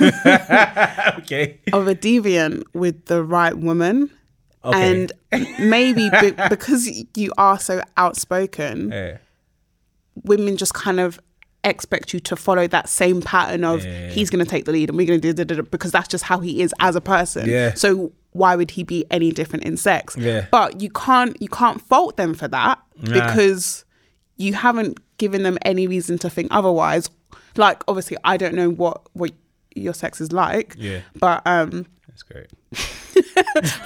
G: <laughs> okay,
F: of a deviant with the right woman,
G: okay,
F: and maybe be- because you are so outspoken,
G: yeah.
F: women just kind of expect you to follow that same pattern of
G: Yeah.
F: he's going to take the lead and we're going to do da, da, da, because that's just how he is as a person.
G: Yeah.
F: So why would he be any different in sex?
G: Yeah.
F: But you can't you can't fault them for that
G: Nah.
F: because you haven't given them any reason to think otherwise. Like obviously I don't know what what your sex is like.
G: Yeah.
F: But um
G: that's great.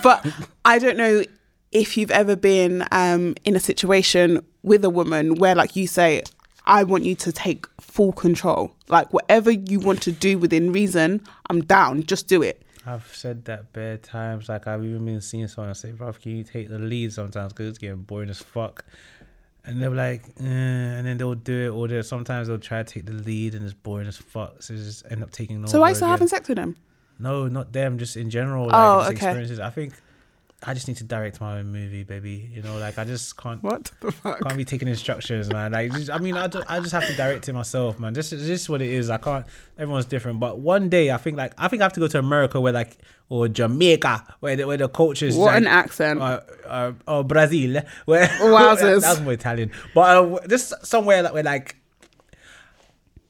F: but I don't know if you've ever been um, in a situation with a woman where, like you say, I want you to take full control. Like whatever you want to do within reason, I'm down. Just do it.
G: I've said that bare times. Like I've even been seeing someone and say, "Bro, can you take the lead sometimes? Because it's getting boring as fuck." And they're like, eh, and then they'll do it, or they sometimes they'll try to take the lead, and it's boring as fuck. So they just end up taking.
F: So why are you still
G: over
F: having
G: again.
F: sex with him?
G: No, not them. Just in general. Like,
F: Oh,
G: just
F: okay.
G: Experiences. I think I just need to direct my own movie, baby. You know, like I just can't.
F: What the fuck? <laughs>
G: Can't be taking instructions, man. Like, just, I mean, I, do, I just have to direct it myself, man. This is this is what it is. I can't. Everyone's different, but one day I think like I think I have to go to America where like or Jamaica where the, where the culture is
F: What
G: like,
F: an accent.
G: Uh, uh, or Brazil where <laughs>
F: Wowzers.
G: that's more Italian, but uh, this somewhere like where like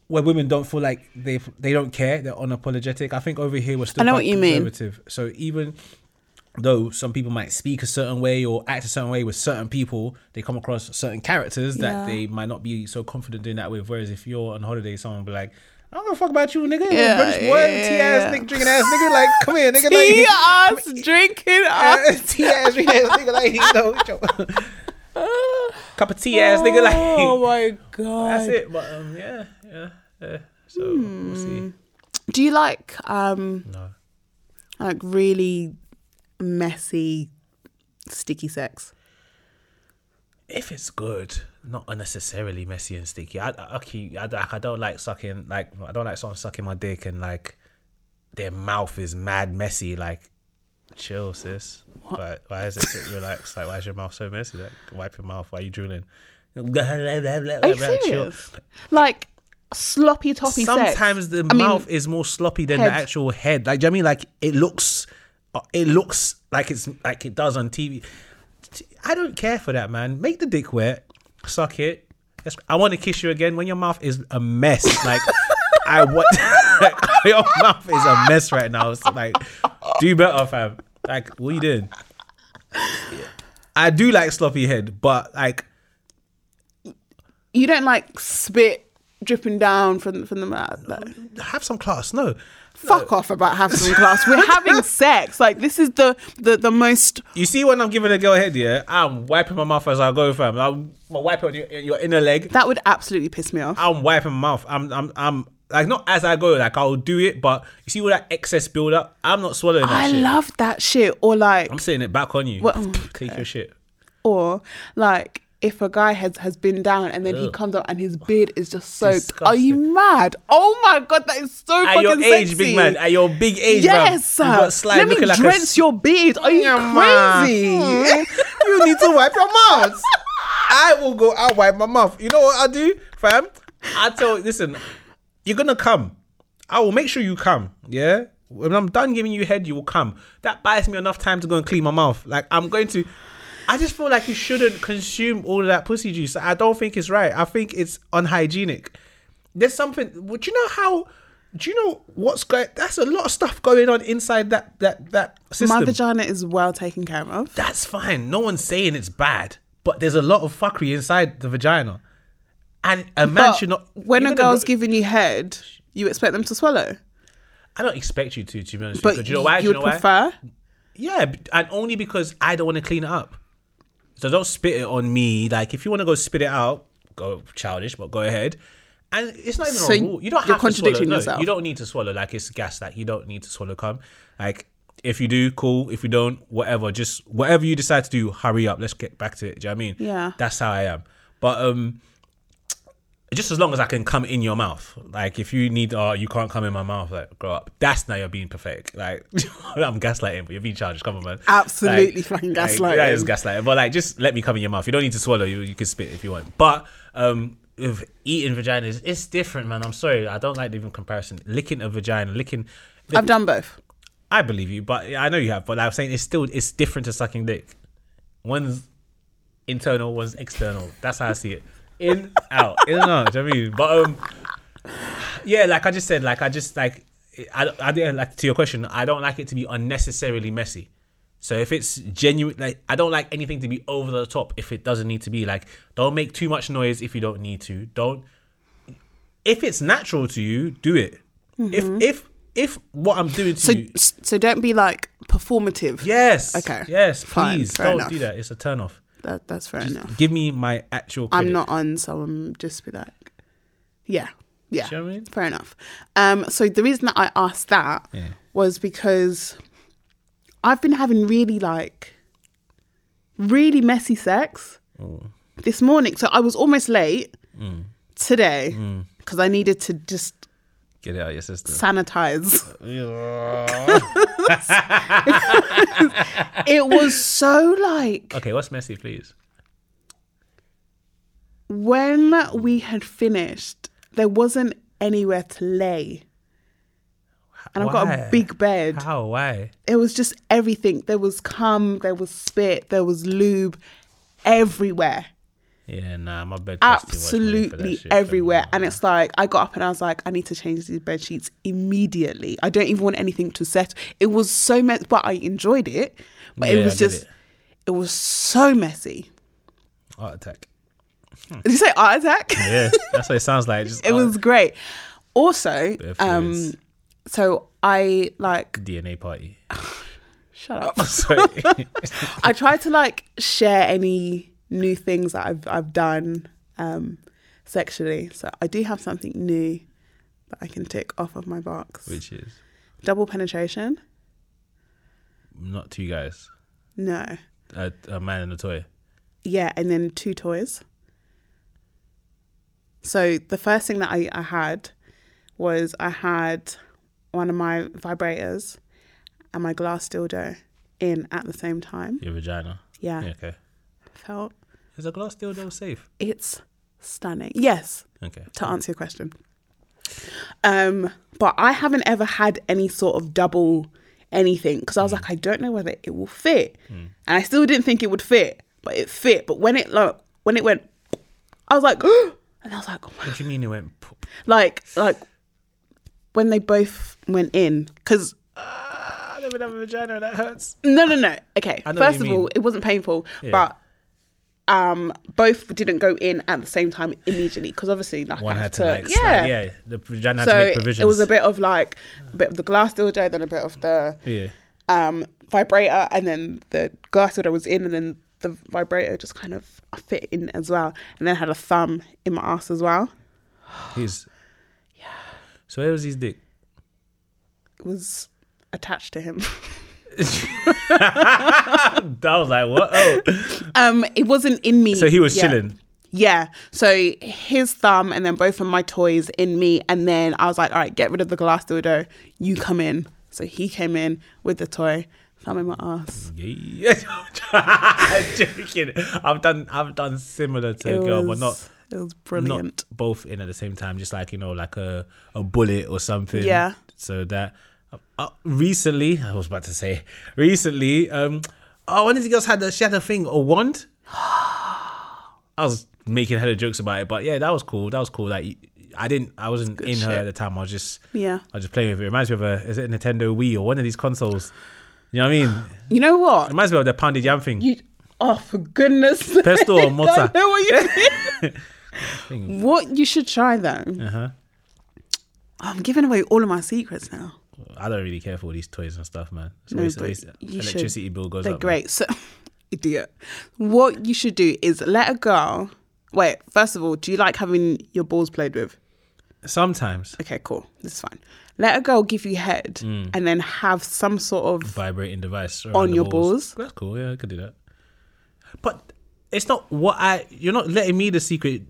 G: where women don't feel like they they don't care, they're unapologetic. I think over here we're still
F: I know
G: quite
F: what you mean.
G: conservative. So even though some people might speak a certain way or act a certain way with certain people, they come across certain characters that
F: Yeah.
G: they might not be so confident doing that with. Whereas if you're on holiday, someone will be like, I don't give a fuck about you, nigga.
F: Yeah,
G: Yeah, British boy,
F: yeah,
G: tea ass
F: yeah.
G: nigga, drinking ass nigga. Like, come here, nigga. <laughs>
F: Tea
G: Like,
F: us
G: <laughs>
F: drinking us.
G: tea ass drinking ass nigga. Like, <laughs> you know,
F: <laughs>
G: cup of tea ass nigga. Like, <laughs>
F: oh my god.
G: that's it. But um, yeah, yeah, yeah. So we'll see.
F: Do you like um
G: No.
F: like really messy, sticky sex?
G: if it's good, not unnecessarily messy and sticky. I, I okay, I, don't- I don't like sucking like I don't like someone sucking my dick and like their mouth is mad messy. Like, chill, sis. Why, why is it
F: <laughs>
G: so relaxed? Like, why is your mouth so messy? Like, wipe your mouth. Why are you drooling? <laughs>
F: Are you serious? Like sloppy toppy sex.
G: Sometimes the
F: I mean,
G: mouth is more sloppy than
F: head.
G: the actual head. Like, do you know what I mean? Like it looks, uh, it looks like it's like it does on TV. T- I don't care for that, man. Make the dick wet, suck it. That's- I want to kiss you again when your mouth is a mess. Like I want <laughs> your mouth is a mess right now. It's like do better, fam. Like what you doing? I do like sloppy head, but like
F: You don't like spit dripping down from from the mouth. though.
G: have some class. No,
F: Fuck off about having some class. We're
G: <laughs>
F: having sex. Like this is the the, the most.
G: You see when I'm giving a girl head, yeah, I'm wiping my mouth as I go, fam. I'm, I'm wiping on your, your inner leg.
F: That would absolutely piss me off.
G: I'm wiping my mouth. I'm, I'm, I'm like not as I go. Like I'll do it, but you see all that excess build up. I'm not swallowing that
F: I
G: shit.
F: love that shit. Or like
G: I'm sitting it back on you.
F: Well, oh,
G: Take your shit.
F: or like. If a guy has, has been down and then he
G: Ugh.
F: comes up and his beard is just soaked, are
G: Disgusting.
F: you mad? Oh my god, that is so
G: At
F: fucking
G: your age,
F: sexy.
G: big man. At your big age, man.
F: Yes, sir. Let me drench your beard. Are you crazy?
G: <laughs> you need to wipe your mouth. Hmm. I will go. I'll wipe my mouth. You know what I do, fam? I tell. Listen, you're gonna come. I will make sure you come. Yeah. When I'm done giving you head, you will come. That buys me enough time to go and clean my mouth. Like I'm going to. I just feel like you shouldn't consume all of that pussy juice. I don't think it's right. I think it's unhygienic. There's something. Would you know how? Do you know what's going? That's a lot of stuff going on inside that that that system.
F: My vagina is well taken care of.
G: That's fine. No one's saying it's bad. But there's a lot of fuckery inside the vagina, and a man
F: But
G: should not.
F: when a
G: even
F: girl's
G: bro-
F: giving you head, you expect them to swallow.
G: I don't expect you to, to be honest.
F: But
G: But you, do you know why? Do you
F: would
G: know why?
F: prefer.
G: Yeah, b- and only because I don't want to clean it up. So don't spit it on me. Like if you want to go spit it out, go childish, but go ahead. And it's not even
F: So
G: a rule. You don't
F: you're
G: have to
F: contradicting
G: swallow.
F: yourself.
G: No, you don't need to swallow. Like it's gas. Like you don't need to swallow cum. Like if you do, cool. If you don't, whatever. Just whatever you decide to do, hurry up. Let's get back to it. Do you know what I mean?
F: Yeah.
G: That's how I am. But um just as long as I can come in your mouth. Like if you need oh you can't come in my mouth, like grow up. That's now you're being pathetic. Like <laughs> I'm gaslighting, but you're being childish. Come on, man.
F: Absolutely fucking
G: Like, that is
F: gaslighting.
G: gaslighting. But like just let me come in your mouth. You don't need to swallow, you you can spit if you want. But um with eating vaginas, it's different, man. I'm sorry. I don't like the even comparison. Licking a vagina, licking
F: I've done both.
G: I believe you, but I know you have. But I'm saying it's still it's different to sucking dick. One's internal, one's external. That's how I see it. In out, in and out. Do you know what I mean? But um, yeah, like I just said, like I just like I I didn't like to your question. I don't like it to be unnecessarily messy. So if it's genuine, like I don't like anything to be over the top. If it doesn't need to be, like don't make too much noise if you don't need to. Don't if it's natural to you, do it. If if if what I'm doing to
F: So,
G: you,
F: so don't be like performative.
G: Yes.
F: Okay.
G: Yes,
F: Fine.
G: please.
F: Fair
G: don't
F: enough.
G: do that. It's a turn off.
F: That, that's fair enough.
G: Give me my actual credit.
F: I'm not on, so I'm just be like, yeah, yeah.
G: Do you know what I mean?
F: Fair enough. Um, so the reason that I asked that
G: Yeah.
F: was because I've been having really like really messy sex
G: Oh.
F: this morning. So I was almost late
G: Mm.
F: today because I needed to just
G: Get it out of your system.
F: sanitize. <laughs> it was so like
G: Okay, what's messy, please?
F: when we had finished, there wasn't anywhere to lay. And I've got
G: Why?
F: a big bed.
G: How? Why?
F: It was just everything. There was cum, there was spit, there was lube everywhere.
G: Yeah, nah, my bed costs too much money for that
F: Absolutely
G: shit.
F: everywhere.
G: Come on.
F: And it's like, I got up and I was like, I need to change these bed sheets immediately. I don't even want anything to set. It was so messy, but I enjoyed it. But
G: Yeah,
F: it was
G: I did
F: just,
G: it.
F: it. was so messy.
G: Heart attack.
F: Did you say art attack?
G: Yeah, that's what it sounds like. Just
F: <laughs> it was great. Also,
G: of
F: um,
G: fluids.
F: so I like <laughs>
G: DNA party. <laughs>
F: shut up.
G: Sorry.
F: <laughs> I try to like share any new things that I've I've done um, sexually. So I do have something new that I can tick off of my box.
G: Which is
F: Double penetration?
G: not two guys,
F: No.
G: a, a man and a toy.
F: Yeah, and then two toys. So the first thing that I, I had was I had one of my vibrators and my glass dildo in at the same time.
G: Your vagina.
F: Yeah.
G: okay.
F: Felt
G: Is a glass dildo safe?
F: it's stunning. Yes,
G: Okay.
F: to answer your question. Um, but I haven't ever had any sort of double anything because I
G: Mm.
F: was like, I don't know whether it will fit, and I still didn't think it would fit, but it fit. But when it like when it went, I was like, <gasps> and I was like, oh my-
G: What do you mean it went? Poop?
F: like like when they both went in because
G: I never have a vagina. That hurts.
F: no no no okay
G: I know what
F: first
G: you
F: of all
G: mean.
F: it wasn't painful but um both didn't go in at the same time immediately because obviously like
G: One
F: I
G: had
F: have
G: to like, yeah, yeah. The vagina had
F: so
G: to make
F: it
G: provisions.
F: was a bit of like a bit of the glass dildo, then a bit of the
G: Yeah.
F: um, vibrator, and then the glass dildo was in, and then the vibrator just kind of fit in as well. And then I had a thumb in my ass as well.
G: His. Yeah. So where was his dick?
F: It was attached to him. <laughs>
G: That was like what?
F: <laughs>
G: Oh.
F: um, it wasn't in me.
G: So he was
F: Yeah.
G: chilling.
F: Yeah. So his thumb and then both of my toys in me. And then I was like, all right, get rid of the glass dildo. You come in. So he came in with the toy, thumb in my ass.
G: Yeah. <laughs> Joking. I've done. I've done similar to
F: It
G: a girl, but
F: was-
G: not.
F: It was
G: Not
F: brilliant.
G: both in at the same time. Just like you know, like a a bullet or something.
F: Yeah.
G: So that. Uh, recently, I was about to say recently. Um. Oh, one of the girls had a she had a thing a wand. I was making hella jokes about it, but yeah, that was cool. That was cool. Like I didn't, I wasn't in her
F: shit.
G: at the time. I was just,
F: Yeah.
G: I was just playing with it. It reminds me of a, is it a Nintendo Wii or one of these consoles? You know what I mean? It
F: You know what?
G: reminds me of the pounded yam thing.
F: You, Oh, for goodness sake.
G: Pesto
F: <laughs>
G: or
F: I
G: mozza?
F: know what you
G: <laughs>
F: mean. what you should try though.
G: Uh-huh.
F: I'm giving away all of my secrets now.
G: I don't really care for all these toys and stuff, man. It's
F: No,
G: always,
F: but
G: always
F: you should.
G: electricity bill goes
F: They're
G: up. man.
F: great. So, <laughs> idiot. What you should do is let a girl. Wait, first of all, do you like having your balls played with?
G: Sometimes
F: Okay, cool. This is fine. Let a girl give you head
G: Mm.
F: and then have some sort of.
G: vibrating device around
F: On
G: the
F: your balls?
G: That's cool. Yeah, I could do that. But it's not what I. You're not letting me the secret.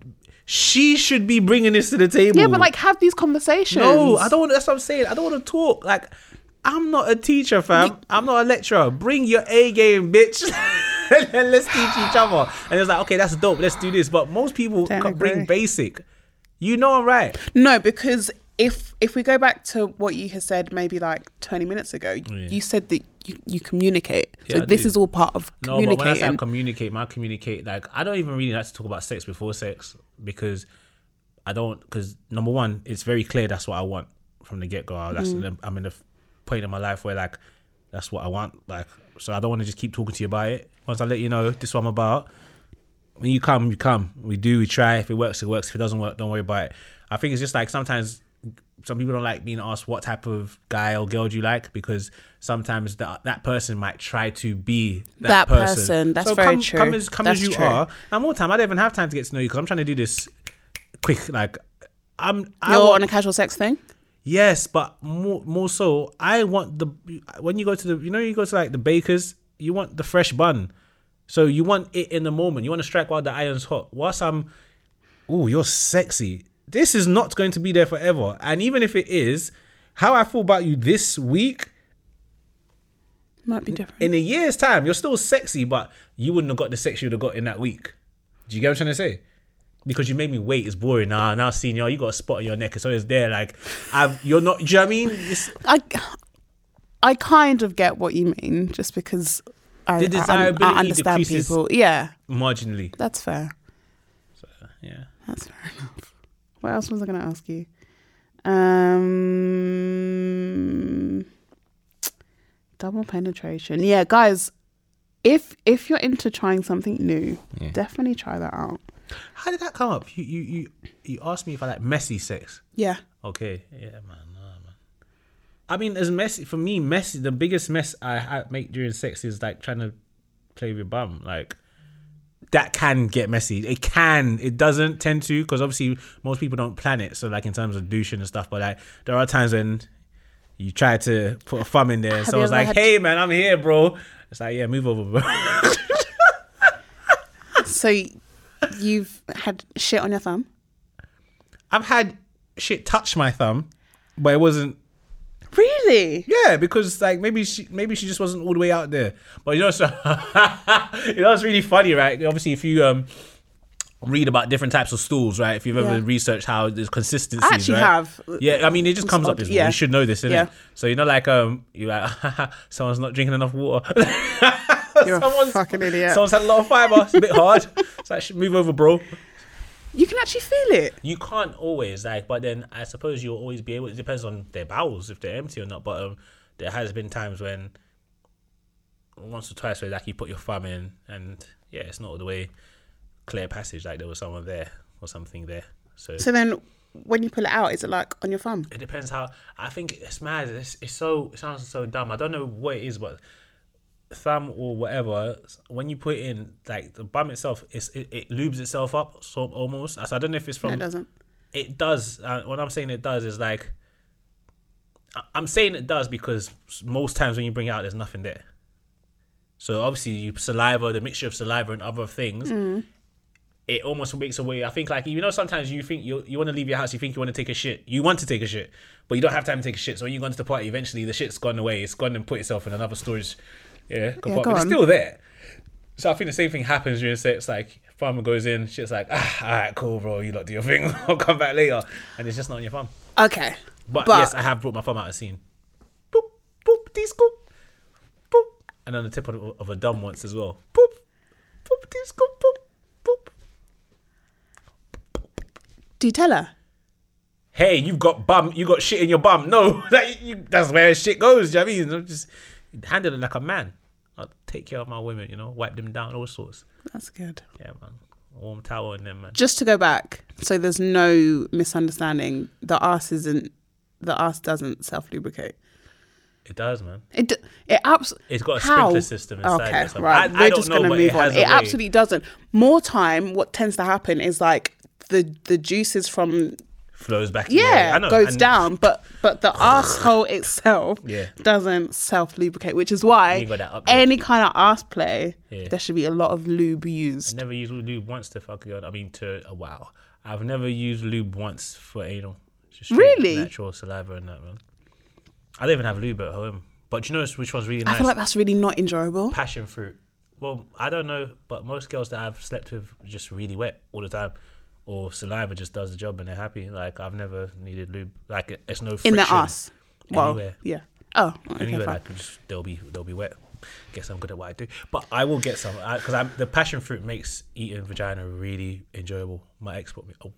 G: She should be bringing this to the table.
F: Yeah, but like have these conversations.
G: No, I don't. want That's what I'm saying. I don't want to talk. Like, I'm not a teacher, fam. I'm not a lecturer. Bring your A game, bitch. <laughs> and then let's teach each other. And it's like, okay, that's dope. Let's do this. But most people
F: Don't
G: ca- bring
F: agree.
G: basic. You know, I'm right?
F: No, because if if we go back to what you had said maybe like 20 minutes ago, you said that you, you communicate.
G: Yeah,
F: so
G: I
F: this
G: do.
F: is all part of
G: No, but when I
F: communicating.
G: say I communicate, I communicate. Like, I don't even really like to talk about sex before sex because I don't. Because number one, it's very clear that's what I want from the get go. That's the, I'm in the f- point in my life where like that's what I want. Like, so I don't want to just keep talking to you about it. Once I let you know this is what I'm about, when you come, you come. We do, we try. If it works, it works. If it doesn't work, don't worry about it. I think it's just like sometimes some people don't like being asked what type of guy or girl do you like because sometimes that that person might try to be
F: That
G: that,
F: person, that's
G: so
F: very
G: come,
F: true.
G: Come as come as
F: That's
G: you
F: true.
G: are. And more time, I don't even have time to get to know you because I'm trying to do this quick. Like I'm. I
F: You're on
G: want-
F: a casual sex thing?
G: Yes, but more more so, I want the when you go to the you know you go to like the bakers, you want the fresh bun, so you want it in the moment. You want to strike while the iron's hot. Whilst I'm, oh, you're sexy. This is not going to be there forever. And even if it is, how I feel about you this week
F: Might be different.
G: in a year's time, you're still sexy, but you wouldn't have got the sex you'd have got in that week. Do you get what I'm trying to say? Because you made me wait, it's boring. Nah, now senior, you got a spot on your neck, it's always there. Like, I've, you're not. Do you know what I mean? It's-
F: I, I kind of get what you mean, just because I, I- I-
G: The
F: I,
G: desirability
F: understand
G: decreases-
F: people. Yeah,
G: marginally.
F: that's fair.
G: Yeah.
F: That's fair enough. What else was I going to ask you? Um, double penetration. Yeah, guys, if if you're into trying something new, definitely try that out.
G: How did that come up? You you you, you asked me if I like messy sex.
F: Yeah.
G: Okay. Yeah, man. nah, man. I mean, as messy for me, messy. The biggest mess I ha- make during sex is like trying to play with your bum. Like that can get messy. It can. It doesn't tend to because obviously most people don't plan it. So like in terms of douching and stuff, but like there are times when you try to put a thumb in there. and
F: <laughs> Have you
G: someone's
F: ever
G: like,
F: had-
G: "Hey, man, I'm here, bro." It's like, yeah, move over, bro. <laughs>
F: So you've had shit on your thumb?
G: I've had shit touch my thumb, but it wasn't.
F: Really?
G: Yeah, because like maybe she maybe she just wasn't all the way out there. But you know, so <laughs> you know, it's really funny, right? Obviously, if you um read about different types of stools, right? If you've ever
F: Yeah.
G: researched how there's consistency,
F: I actually
G: right?
F: have.
G: Yeah, I mean, it just comes up.
F: odd,
G: As
F: yeah.
G: well. You should know this, innit?
F: Yeah.
G: So you know, like um, you like <laughs> someone's not drinking enough water. <laughs>
F: You're a fucking idiot.
G: Someone's had a lot of fiber. It's a
F: <laughs>
G: bit hard. It's like, move over, bro.
F: you can actually feel it.
G: You can't always like, but then I suppose you'll always be able. It depends on their bowels if they're empty or not. But um, there has been times when once or twice where like you put your thumb in and yeah, it's not all the way clear passage. Like there was someone there or something there. So,
F: So then, when you pull it out, is it like on your thumb?
G: it depends how. I think it's mad. It's, it's so it sounds so dumb. I don't know what it is, but thumb or whatever when you put it in like the bum itself it's, it, it lubes itself up so almost so i don't know if it's from
F: No, it doesn't.
G: it does. Uh, what I'm saying it does is like, I- I'm saying it does because s- most times when you bring it out, there's nothing there. So obviously, you saliva, the mixture of saliva and other things, it almost makes a way. I think like you know, sometimes you think you you want to leave your house, you think you want to take a shit, you want to take a shit, but you don't have time to take a shit. So when you go into the party, eventually the shit's gone away. It's gone and put itself in another storage, yeah, compartment. it's
F: on.
G: still there. So I think the same thing happens during sex. Like farmer goes in, shit's like, ah, all right, cool, bro. You lot do your thing. <laughs> I'll come back later, and it's just not on your thumb.
F: Okay.
G: But,
F: But-
G: yes, I have brought my thumb out and seen. Boop, boop, dee scoop, boop, and on the tip of, of a dumb once as well. Boop, boop, dee scoop, boop, boop.
F: Do you tell her?
G: Hey, you've got bum, you got <laughs> shit in your bum. No, that, you, that's where shit goes. Do you know what I mean? I'm just handle it like a man. I'll take care of my women, you know, wipe them down, all sorts.
F: That's good.
G: Yeah, man. Warm towel in them, man.
F: Just to go back, so there's no misunderstanding. The ass isn't. The ass doesn't self lubricate.
G: It does, man.
F: It d- it abs-
G: It's got a
F: How?
G: sprinkler system inside
F: Okay,
G: there or something.
F: right.
G: I-
F: We're
G: I don't
F: just
G: know,
F: gonna
G: but it
F: move on.
G: has
F: It
G: a way.
F: absolutely doesn't. More time, what tends to happen is like the the juices from
G: Flows back. in the area.
F: yeah
G: I know,
F: goes
G: and
F: down, but but the
G: <laughs>
F: asshole itself
G: Yeah.
F: doesn't self lubricate, which is why
G: You got that up there.
F: any kind of ass play
G: Yeah.
F: there should be a lot of lube used.
G: Never used lube once to fuck a girl. I mean, to a wow. I've never used lube once for anal. It's just straight
F: Really?
G: Natural saliva and that, man. I don't even have lube at home. But do you know which one's really nice?
F: I feel like that's really not enjoyable.
G: passion fruit. Well, I don't know, but most girls that I've slept with are just really wet all the time, or saliva just does the job and they're happy. Like I've never needed lube. Like it- it's no friction.
F: in their ass. Well,
G: Anywhere.
F: yeah. Oh, okay,
G: Anywhere
F: fine.
G: like just, they'll be they'll be wet. Guess I'm good at what I do, but I will get some because I'm the passion fruit makes eating vagina really enjoyable. My ex put me. Oh,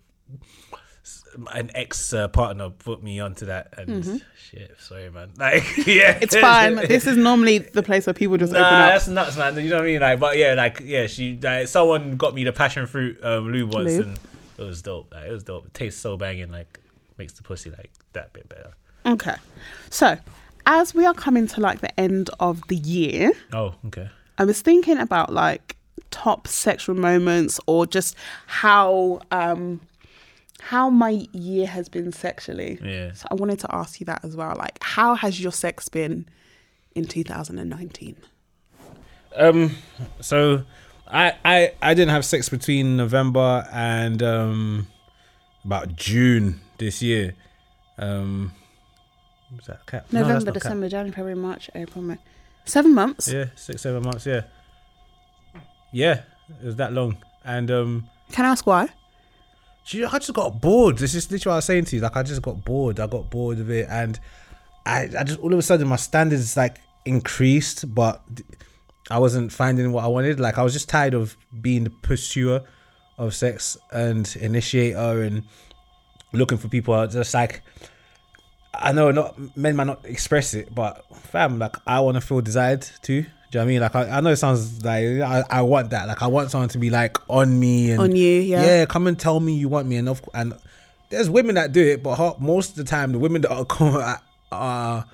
G: an ex uh, partner put me onto that, and shit. Sorry, man. <laughs> Like, yeah,
F: Mm-hmm.
G: <laughs>
F: it's fine. this is normally the place where people just
G: Nah,
F: open up.
G: that's nuts, man. You know what I mean? Like, but yeah, like yeah, she like someone got me the passion fruit um, lube once,
F: Lube.
G: and it was dope. Like, it was dope. It tastes so banging, like makes the pussy like that bit better.
F: Okay. So, as we are coming to like the end of the year,
G: Oh, okay.
F: I was thinking about like top sexual moments or just how um how my year has been sexually.
G: Yeah.
F: So I wanted to ask you that as well. Like how has your sex been in 2019?
G: Um, so I I I didn't have sex between November and um about June this year. Um, was that cap? No, that's
F: November,
G: not cap.
F: December, January, February, March, April, May. 7 months.
G: Yeah, six seven months. Yeah, yeah, it was that long, and um.
F: Can I ask why?
G: Do you know, I just got bored. This is literally what I was saying to you. Like I just got bored. I got bored of it, and I, I just all of a sudden my standards like increased, but th- I wasn't finding what I wanted. Like I was just tired of being the pursuer of sex and initiator and looking for people. I was just like I know not men might not express it, but fam, like I want to feel desired too. Do you know what I mean? Like I, I know it sounds like I, I want that. Like I want someone to be like on me and
F: On you, yeah.
G: yeah. Come and tell me you want me, and of and there's women that do it, but ho- most of the time the women that are <laughs> co- are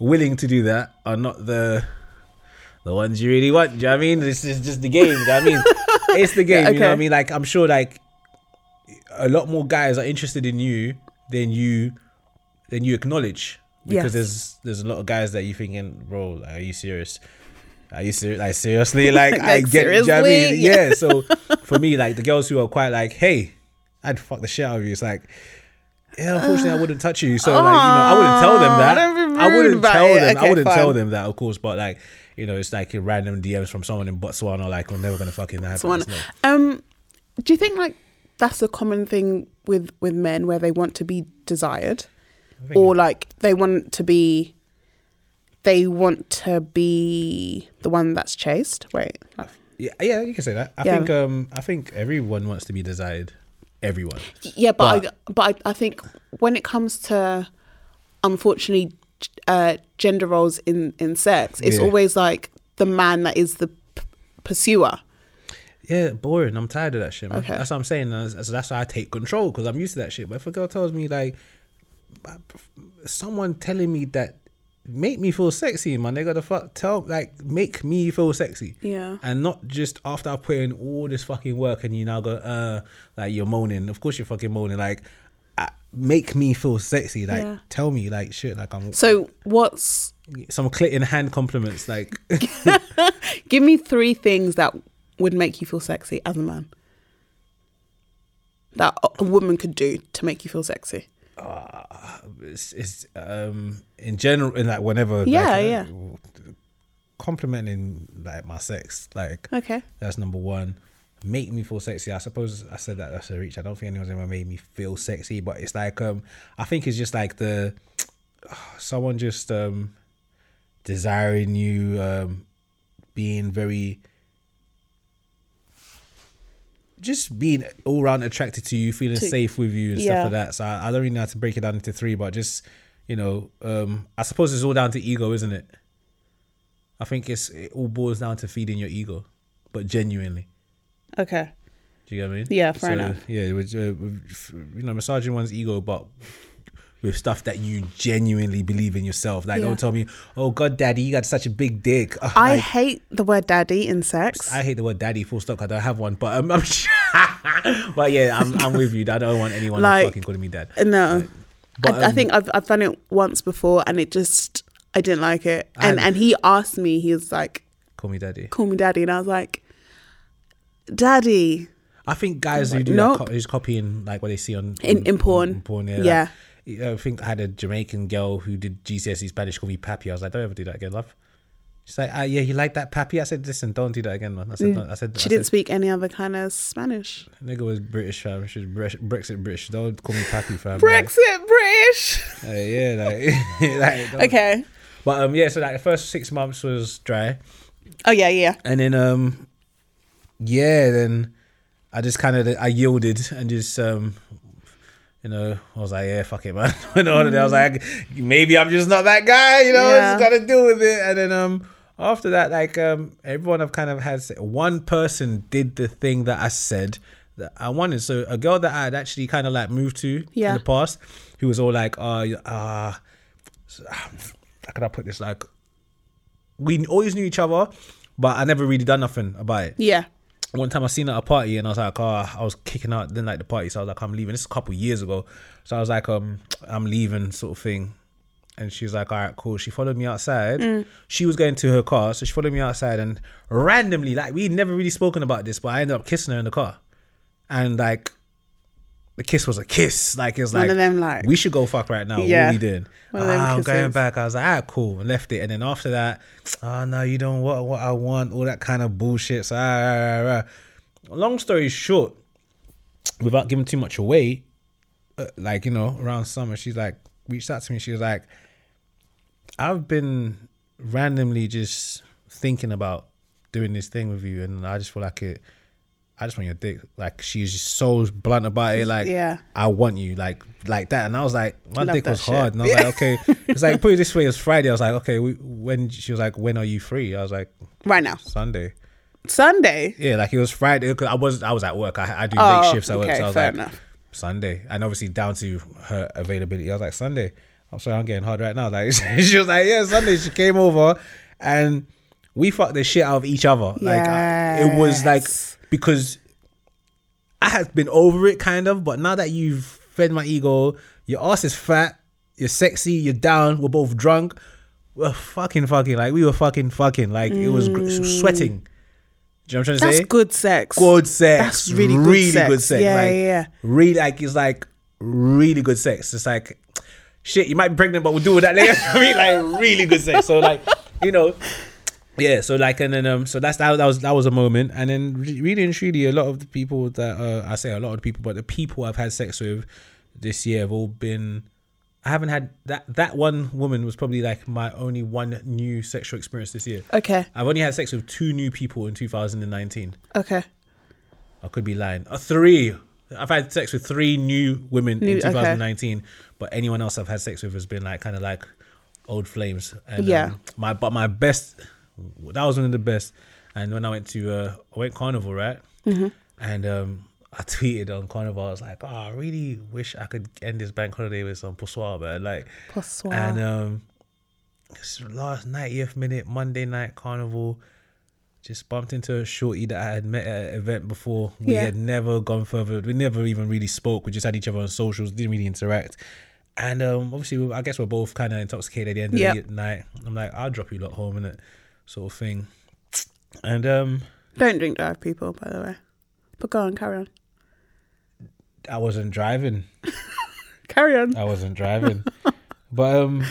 G: willing to do that are not the the ones you really want. Do you know what I mean? This is just the game. Do you know what
F: <laughs>
G: I mean? It's the game. You know what I
F: okay.
G: mean? Like I'm sure like a lot more guys are interested in you than you than you acknowledge because
F: Yes.
G: there's there's a lot of guys that you thinking, bro, like, are you serious? Are you serious? Like seriously? <laughs> Like, I
F: Like,
G: get do you know what I mean?
F: seriously? <laughs>
G: Yeah. So for me, like the girls who are quite like, hey, I'd fuck the shit out of you. It's like. Yeah, unfortunately, I wouldn't touch you. So, like, you know, I wouldn't tell them
F: Aw,
G: that.
F: don't be
G: I
F: rude
G: wouldn't
F: about
G: tell
F: it.
G: them. I
F: Okay,
G: wouldn't tell
F: fine.
G: them that, of course. But like, you know, it's like random DMs from someone in Botswana. Like, we're never gonna fucking happen.
F: Botswana.
G: It's not-
F: Um, do you think like that's a common thing with with men where they want to be desired, or like they want to be, they want to be the one that's chased? Wait,
G: Yeah, yeah, you can say that. I
F: Yeah.
G: think um I think everyone wants to be desired. Everyone.
F: yeah, but I, but I, I think when it comes to unfortunately g- uh, gender roles in in sex, it's
G: Yeah.
F: always like the man that is the p- pursuer.
G: Yeah, boring. I'm tired of that shit, man.
F: Okay.
G: That's what I'm saying. That's, that's- that's why I take control because I'm used to that shit. But if a girl tells me like, I pref- someone telling me that make me feel sexy, man, they gotta fuck tell like make me feel sexy.
F: Yeah.
G: And not just after I put in all this fucking work and you now go uh like you're moaning. Of course you're fucking moaning. Like, I, make me feel sexy. Like,
F: Yeah.
G: tell me like shit. Like I'm
F: So what's
G: some clit in hand compliments. Like.
F: give me three things that would make you feel sexy as a man that a- a woman could do to make you feel sexy
G: it's, it's um in general in like whenever like,
F: Yeah,
G: uh,
F: yeah.
G: complimenting like my sex like
F: Okay.
G: that's number one make me feel sexy i suppose i said that that's a reach i don't think anyone's ever made me feel sexy but it's like um i think it's just like the <sighs> someone just um desiring you um being very just being all round attracted to you, feeling safe with you and
F: yeah.
G: stuff like that. So I, I don't really know how to break it down into three, but just you know, um, I suppose it's all down to ego, isn't it? I think it's it all boils down to feeding your ego, but genuinely.
F: Okay.
G: Do you get what I mean?
F: Yeah, fair enough.
G: Yeah, with, uh, with, you know, massaging one's ego, but with stuff that you genuinely believe in yourself. Like,
F: Yeah.
G: don't tell me, oh God, Daddy, you got such a big dick. <laughs> Ugh,
F: I
G: like,
F: hate the word daddy in sex.
G: I hate the word daddy. Full stop. 'cause I don't have one, but um, <laughs> I'm. but yeah, I'm, I'm with you. I don't want anyone
F: Like-
G: fucking calling me dad.
F: no.
G: But,
F: I, I
G: um,
F: think I've, I've done it once before and it just, I didn't like it. And,
G: I-
F: and he asked me, he was like,
G: Call me daddy.
F: call me daddy. And I was like, daddy.
G: I think guys who do
F: Nope.
G: that co- who's copying like what they see on
F: In- in porn.
G: porn, yeah.
F: Yeah.
G: like, I think I had a Jamaican girl who did GCSE E Spanish called me Pappy. I was like, don't ever do that again, love. She's like, ah, yeah, you like that, Pappy? I said, listen, don't do that again, man. I said, no. I said,
F: Mm. She
G: I
F: didn't
G: said,
F: speak any other kind of Spanish.
G: Nigga was British, fam. She was Bre- Brexit British. Don't call me Pappy, fam.
F: Brexit British.
G: Like, uh, yeah, like, <laughs> like don't-
F: Okay.
G: But um, yeah, so like the first six months was dry.
F: Oh yeah, yeah.
G: and then um yeah then i just kind of i yielded and just um you know i was like yeah fuck it man <laughs> went on and i was like maybe i'm just not that guy you know i just
F: Yeah.
G: gotta deal with it and then um after that like um everyone i've kind of had one person did the thing that i said that i wanted so a girl that i had actually kind of like moved to
F: Yeah.
G: in the past who was all like uh uh how can i put this like we always knew each other, but I never really done nothing about it.
F: Yeah.
G: One time I seen her at a party and I was like, oh, I was kicking out, didn't like the party, so I was like, I'm leaving. This is a couple of years ago. So I was like, um, I'm leaving, sort of thing. And she was like, all right, cool. She followed me outside.
F: Mm.
G: She was going to her car, so she followed me outside and randomly, like, we'd never really spoken about this, but I ended up kissing her in the car. And like, the kiss was a kiss. Like, it's
F: One
G: like,
F: of them, like-
G: we should go fuck right now. What
F: Yeah.
G: are we doing?
F: One of them
G: "Ah, I'm going
F: kisses.
G: back. I was like, ah, cool, and left it. And then after that, oh no, you don't want what I want, all that kind of bullshit. So, ah, rah, rah, rah. long story short, without giving too much away, uh, like you know, around summer, she's like reached out to me. She was like, I've been randomly just thinking about doing this thing with you, and I just feel like it. I just want your dick. Like she's just so blunt about it. Like
F: Yeah.
G: I want you. Like like that. And I was like, my
F: Love
G: dick
F: that
G: was
F: shit.
G: hard. And I was
F: <laughs>
G: like, okay. It's like put it this way. It was Friday. I was like, okay. We, when she was like, when are you free? I was like,
F: Right now.
G: Sunday.
F: Sunday.
G: Yeah, like it was Friday. 'cause I was I was at work. I, I do
F: Oh,
G: late shifts at work.
F: okay,
G: So I was
F: fair
G: like
F: enough.
G: Sunday, and obviously down to her availability. I was like Sunday. I'm sorry, I'm getting hard right now. Like <laughs> she was like, yeah, Sunday. She came over, and we fucked the shit out of each other. Like I- it was like
F: Yes.
G: because I had been over it kind of, but now that you've fed my ego, your ass is fat, you're sexy, you're down. We're both drunk. We're fucking fucking like we were fucking fucking like it was gr- sweating. Do you know what I'm trying to
F: That's
G: say?
F: good sex.
G: good sex.
F: That's really good sex. Yeah,
G: like,
F: yeah, yeah.
G: Really, like it's like really good sex. It's like shit. You might be pregnant, but we'll deal with that later. <laughs> I mean, like really good sex. So like you know, yeah. So like and then um, so that's that, that was that was a moment. And then re- really and truly, a lot of the people that uh, I say a lot of the people, but the people I've had sex with this year have all been. I haven't had that. That one woman was probably like my only one new sexual experience this year.
F: Okay.
G: I've only had sex with two new people in 2019.
F: Okay.
G: I could be lying. Uh, three. I've had sex with three new women
F: New-
G: in
F: okay.
G: 2019, but anyone else I've had sex with has been like kind of like old flames. And, um,
F: Yeah.
G: my but my best that was one of the best. And when I went to uh, I went carnival right,
F: Mm-hmm.
G: and um, I <laughs> tweeted on carnival. I was like, oh, I really wish I could end this bank holiday with some poussoir, man. Like
F: Poussoir.
G: And um, it's last 90th minute Monday night carnival just bumped into a shorty that I had met at an event before. We
F: Yeah.
G: had never gone further. We never even really spoke. We just had each other on socials, didn't really interact. And um, obviously, we- I guess we're both kind of intoxicated at the end of
F: Yep.
G: the night. I'm like, I'll drop you lot home, innit? Sort of thing. And um,
F: Don't drink drive, people. By the way, but go on, carry on,
G: I wasn't driving.
F: carry on.
G: I wasn't driving. but um,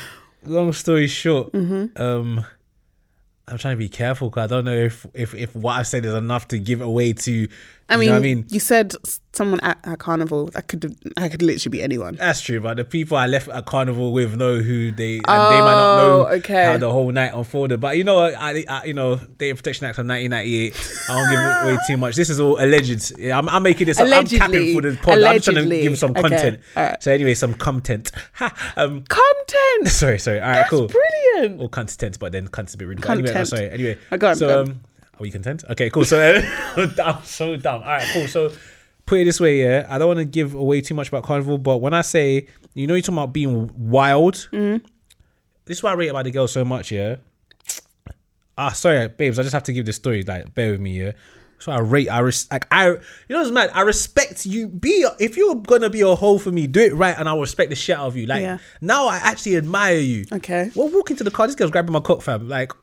G: long story short,
F: Mm-hmm.
G: um, I'm trying to be careful because I don't know if, if if what I've said is enough to give away to.
F: I
G: you
F: mean,
G: know what I mean,
F: you said s- someone at a carnival. I could, I could literally be anyone.
G: that's true. But the people I left at carnival with know who they, and they might not know
F: Oh, okay.
G: how the whole night unfolded. But you know, I, I you know, Data Protection Act of 1998. I
F: <gasps>
G: don't give away too much. This is all alleged. Yeah, I'm, I'm making this. up. I'm
F: Allegedly.
G: capping for the pod. I'm trying to
F: Allegedly.
G: give some
F: Okay.
G: content.
F: All right.
G: So anyway, some content. <laughs> Ha, um,
F: Content.
G: sorry, sorry. All right,
F: That's
G: <laughs> cool.
F: brilliant.
G: or content, but then content's a bit rude. But
F: Content.
G: Anyway, I'm sorry. Anyway,
F: I got it,
G: so
F: done.
G: um, are you content? Okay, cool. So <laughs> uh, I'm so dumb. All right, cool. So put it this way, yeah. I don't want to give away too much about Carnival, but when I say, you know, you're talking about being wild.
F: Mm-hmm.
G: This is why I rate about the girl so much, yeah. Ah, sorry, babes. I just have to give this story. Like, bear with me, yeah. So I rate, I res- like, I, you know, what's mad. I respect you. Be if you're gonna be a hoe for me, do it right, and I will respect the shit out of you. Like,
F: Yeah.
G: now I actually admire you.
F: Okay.
G: Well, walking to the car, this girl's grabbing my cock, fam. Like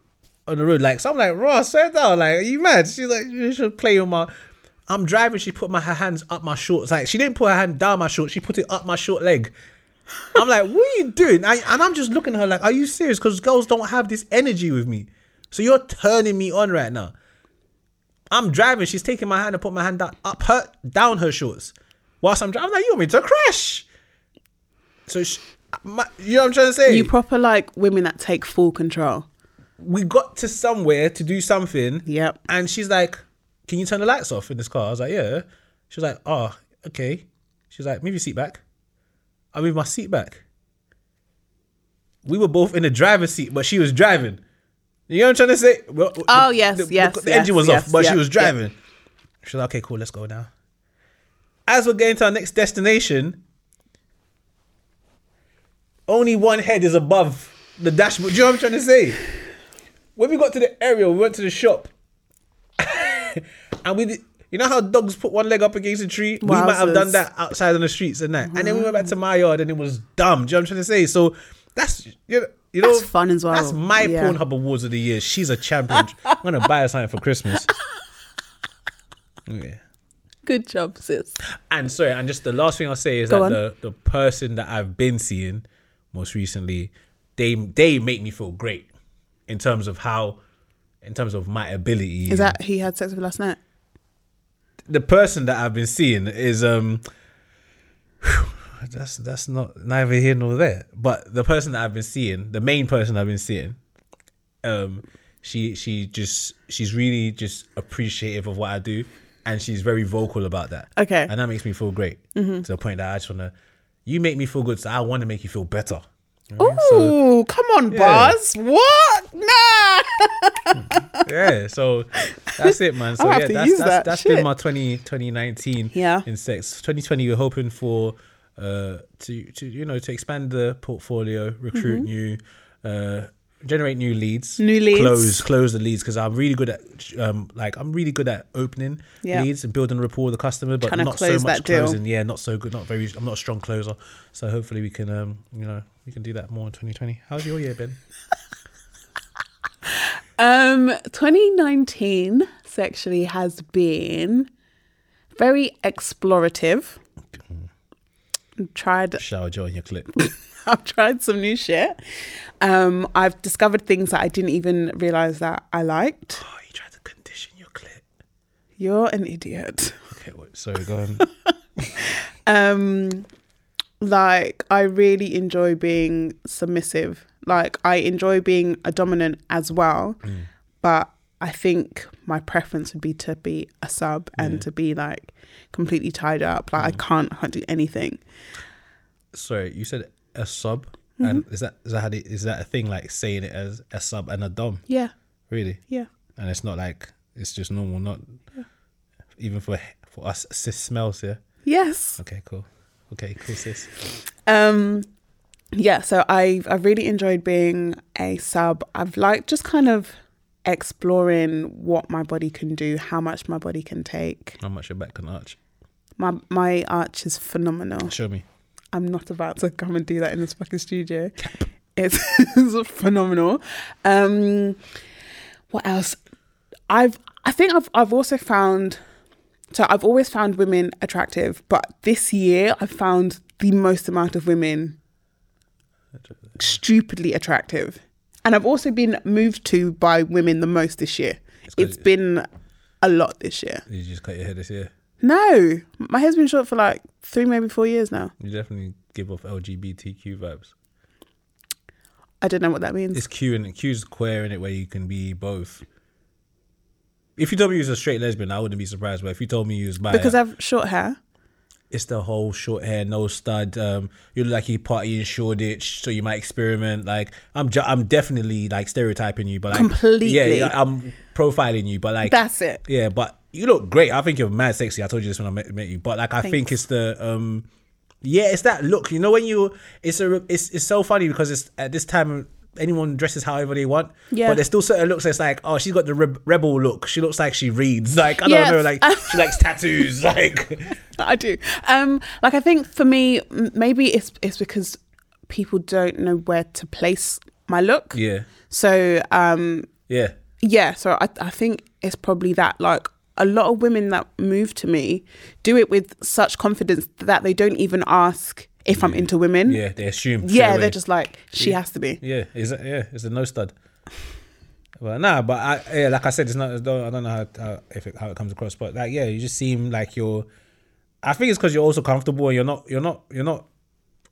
G: on the road, like so. I'm like, Ross, sit down. Like, are you mad? She's like, you should play with my. I'm driving. She put my her hands up my shorts. Like she didn't put her hand down my shorts. She put it up my short leg. I'm like, what are you doing? I, and I'm just looking at her like, are you serious? Because girls don't have this energy with me. So you're turning me on right now. I'm driving. She's taking my hand and put my hand down, up her down her shorts. Whilst I'm driving, I'm like, you want me to crash? So, she, my, you know what I'm trying to say?
F: You proper like women that take full control.
G: we got to somewhere to do something.
F: Yep.
G: And she's like, Can you turn the lights off in this car? I was like, Yeah. She was like, Oh, okay. She's like, Move your seat back. I moved my seat back. We were both in the driver's seat, but she was driving. You know what I'm trying to say? Well,
F: Oh,
G: the-
F: yes,
G: the, the-
F: yes,
G: The,
F: yes,
G: engine was
F: yes,
G: off, but
F: yeah,
G: she was
F: yeah.
G: driving. She's like, Okay, cool, let's go now. As we're getting to our next destination, only one head is above the dashboard. Do you know what I'm trying to say? When we got to the area, we went to the shop, <laughs> and we did. You know how dogs put one leg up against a tree? We might have
F: Wowzers.
G: done that outside on the streets and that. And then we went back to my yard, and it was dumb. Do you know what I'm trying to say? So that's you know. You know,
F: That's fun as well.
G: That's my
F: Yeah.
G: Pornhub Awards of the year. She's a
F: <laughs>
G: champion. I'm gonna buy her something for Christmas. Yeah.
F: Good job, sis.
G: And sorry, and just the last thing I'll say is
F: Go
G: that
F: on.
G: the, the person that I've been seeing most recently, they they make me feel great in terms of how in terms of my ability.
F: Is that he had sex with last night?
G: the person that I've been seeing is um <sighs> that's that's not neither here nor there. But the person that I've been seeing, the main person I've been seeing, um, she she just she's really just appreciative of what I do, and she's very vocal about that.
F: Okay.
G: and that makes me feel great to the point that I just wanna, you make me feel good, so I want to make you feel better.
F: Ooh, come on, Buzz. What? Nah.
G: yeah, so that's
F: <laughs>
G: it, man. So
F: I'll
G: yeah,
F: have to
G: that's
F: use
G: that's,
F: that.
G: that's
F: Shit.
G: been my 20, 2019
F: Yeah.
G: in sex. Twenty twenty, we're hoping for uh to to you know to expand the portfolio, recruit new, uh, generate new leads,
F: Mm-hmm. New leads.
G: close close the leads because I'm really good at um like I'm really good at opening
F: Yeah.
G: leads and building rapport with the customer, but
F: Kinda
G: not so
F: close
G: much
F: that deal.
G: closing. Yeah, not so good, not very. I'm not a strong closer, so hopefully we can um you know we can do that more in twenty twenty. How's your year been?
F: Um, 2019 sexually has been very explorative. Tried <laughs>
G: Shower Joe on your clip.
F: I've tried some new shit. Um, I've discovered things that I didn't even realize that I liked.
G: Oh, you tried to condition your clip.
F: You're an idiot.
G: Okay, wait, sorry, go <laughs> on.
F: Um, like I really enjoy being submissive. Like I enjoy being a dominant as well, but I think my preference would be to be a sub and to be like completely tied up. Like I can't h- do anything.
G: sorry, you said a sub, and is that is that how they, is that a thing like saying it as a sub and a dom?
F: Yeah,
G: Really?
F: yeah.
G: And it's not like it's just normal, not even for for us cis smells. Yeah.
F: Yes.
G: Okay, cool. Okay, cool, sis.
F: um yeah so i've i've really enjoyed being a sub i've liked just kind of exploring what my body can do how much my body can take
G: How much your back can arch?
F: my my arch is phenomenal
G: Show me.
F: i'm not about to come and do that in this fucking studio it's, <laughs> it's phenomenal um what else i've i think i've i've also found so i've always found women attractive but this year i've found the most amount of women stupidly attractive. And I've also been moved to by women the most this year. it's been a lot this year.
G: You just cut your hair this year.
F: No, my hair's been short for like three, maybe four years now.
G: You definitely give off LGBTQ vibes.
F: I don't know what that means.
G: It's Q and Q's queer in it where you can be both. If you told me you was a straight lesbian, I wouldn't be surprised. But if you told me you was bi,
F: because I've short hair.
G: it's the whole short hair, no stud. Um, you look like you party in Shoreditch, so you might experiment. Like I'm, ju- I'm definitely like stereotyping you, but like,
F: Completely.
G: yeah, yeah, I'm profiling you, but like
F: That's it.
G: Yeah, but you look great. I think you're mad sexy. I told you this when I met, met you, but like I think it's the um, yeah, it's that look. You know when you, it's a, it's it's so funny because it's at this time. Anyone dresses however they want,
F: Yeah.
G: But there's still certain looks. That's like, oh, she's got the re- rebel look. She looks like she reads. Like I don't
F: Yeah.
G: know, like she likes tattoos. <laughs> Like
F: <laughs> I do. Um, like I think for me, m- maybe it's it's because people don't know where to place my look.
G: yeah,
F: So um,
G: yeah.
F: yeah, so I I think it's probably that like. A lot of women that move to me do it with such confidence that they don't even ask if I'm into women.
G: Yeah, they assume. straight
F: Yeah,
G: away.
F: they're just like, she has to be.
G: Yeah, is it? Yeah, it's a no stud. Well, nah, but I yeah, like I said, it's not. It's not I don't know how, how if it, how it comes across, but like yeah, you just seem like you're. I think it's because you're also comfortable and you're not. You're not. You're not.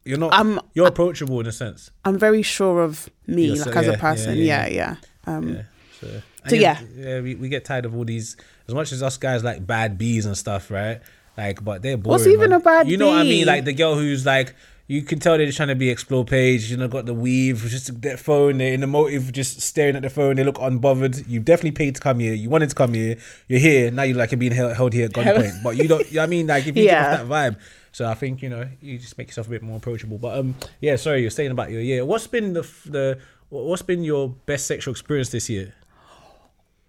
G: You're not.
F: Um,
G: you're approachable in a sense.
F: I'm very sure of me,
G: Yourself-
F: like as
G: yeah,
F: a person.
G: yeah, yeah,
F: Yeah, yeah. Um,
G: Yeah. So, and
F: So,
G: yeah,
F: yeah.
G: yeah, we, we get tired of all these. As much as us guys like bad bees and stuff, right? Like, but they're boring.
F: What's even
G: man.
F: a bad
G: You know what I
F: bee?
G: mean? Like the girl who's like. You can tell they're just trying to be explore page. You know, got the weave, just their phone. They're in the motive, just staring at the phone. They look unbothered. You definitely paid to come here. You wanted to come here. You're here now. You like you're being held, held here at gunpoint, but you don't. You know what I mean, like if you
F: Yeah.
G: give off that vibe. So I think you know you just make yourself a bit more approachable. But um, yeah. Sorry, you're saying about your year. What's been the f- the what's been your best sexual experience this year?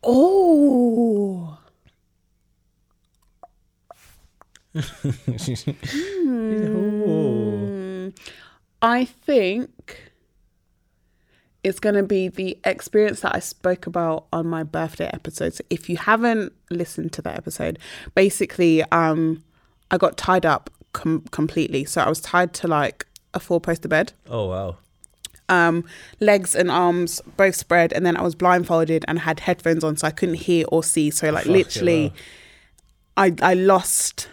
F: Oh, I think it's going to be the experience that I spoke about on my birthday episode. So if you haven't listened to that episode, basically, um, I got tied up com- completely. So I was tied to like a four poster bed.
G: <laughs> Oh wow.
F: um, legs and arms both spread, and then I was blindfolded and had headphones on, so I couldn't hear or see. So like
G: Fucking
F: literally, I I lost.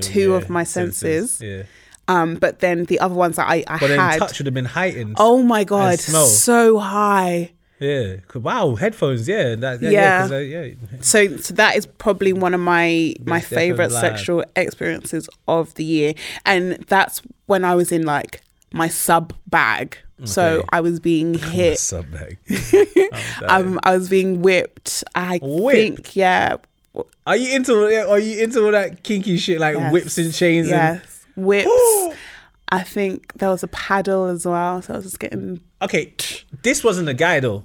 F: Two of my senses.
G: Yeah.
F: Um, but then the other ones that I I
G: But then
F: had.
G: touch would have been heightened.
F: Oh my god!
G: smell.
F: So high.
G: Yeah. 'Cause- Wow. Headphones. Yeah. That, yeah.
F: Yeah.
G: Yeah. 'cause, uh, yeah.
F: So, so that is probably one of my my
G: Best death of
F: favorite
G: life.
F: sexual experiences of the year, and that's when I was in like my sub bag. So
G: Okay.
F: I was being hit
G: What's up, bag?
F: um, I was being whipped. I think,
G: Whipped?
F: yeah.
G: Are you into? Are you into all that kinky shit like
F: Yes.
G: whips and chains? And,
F: Yes,
G: <gasps>
F: whips. I think there was a paddle as well, so I was just getting.
G: okay. This wasn't a guy though.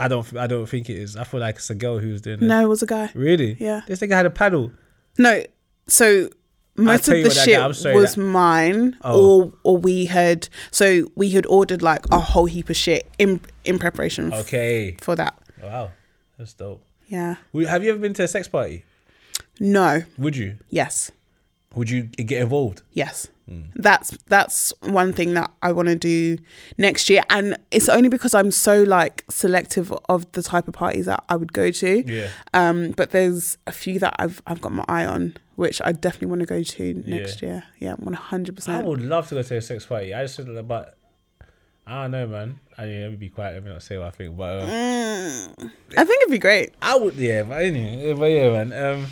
G: I don't. I don't think it is. I feel like it's a girl who was doing this.
F: No, it was a guy.
G: Really?
F: Yeah.
G: This nigga had a paddle.
F: No, so most
G: tell
F: of
G: you
F: the
G: what, that
F: shit
G: guy- I'm sorry,
F: was
G: that-
F: mine,
G: Oh.
F: or or we had. So we had ordered like a whole heap of shit in in preparation f-
G: Okay.
F: for that.
G: Wow. That's dope.
F: Yeah.
G: Would- Have you ever been to a sex party?
F: No.
G: Would you?
F: Yes.
G: Would you get involved?
F: Yes.
G: Hmm.
F: That's that's one thing that I want to do next year and it's only because I'm so like selective of the type of parties that I would go to.
G: Yeah.
F: Um but there's a few that I've I've got my eye on which I definitely want to go to next
G: Yeah.
F: year. Yeah, 100%.
G: I would love to go to a sex party. I just feel- but I don't know, man. I mean, let me be quiet. Let me not say what I think. But uh,
F: I think it'd be great.
G: I would, yeah. But anyway, yeah, but yeah, man. Um,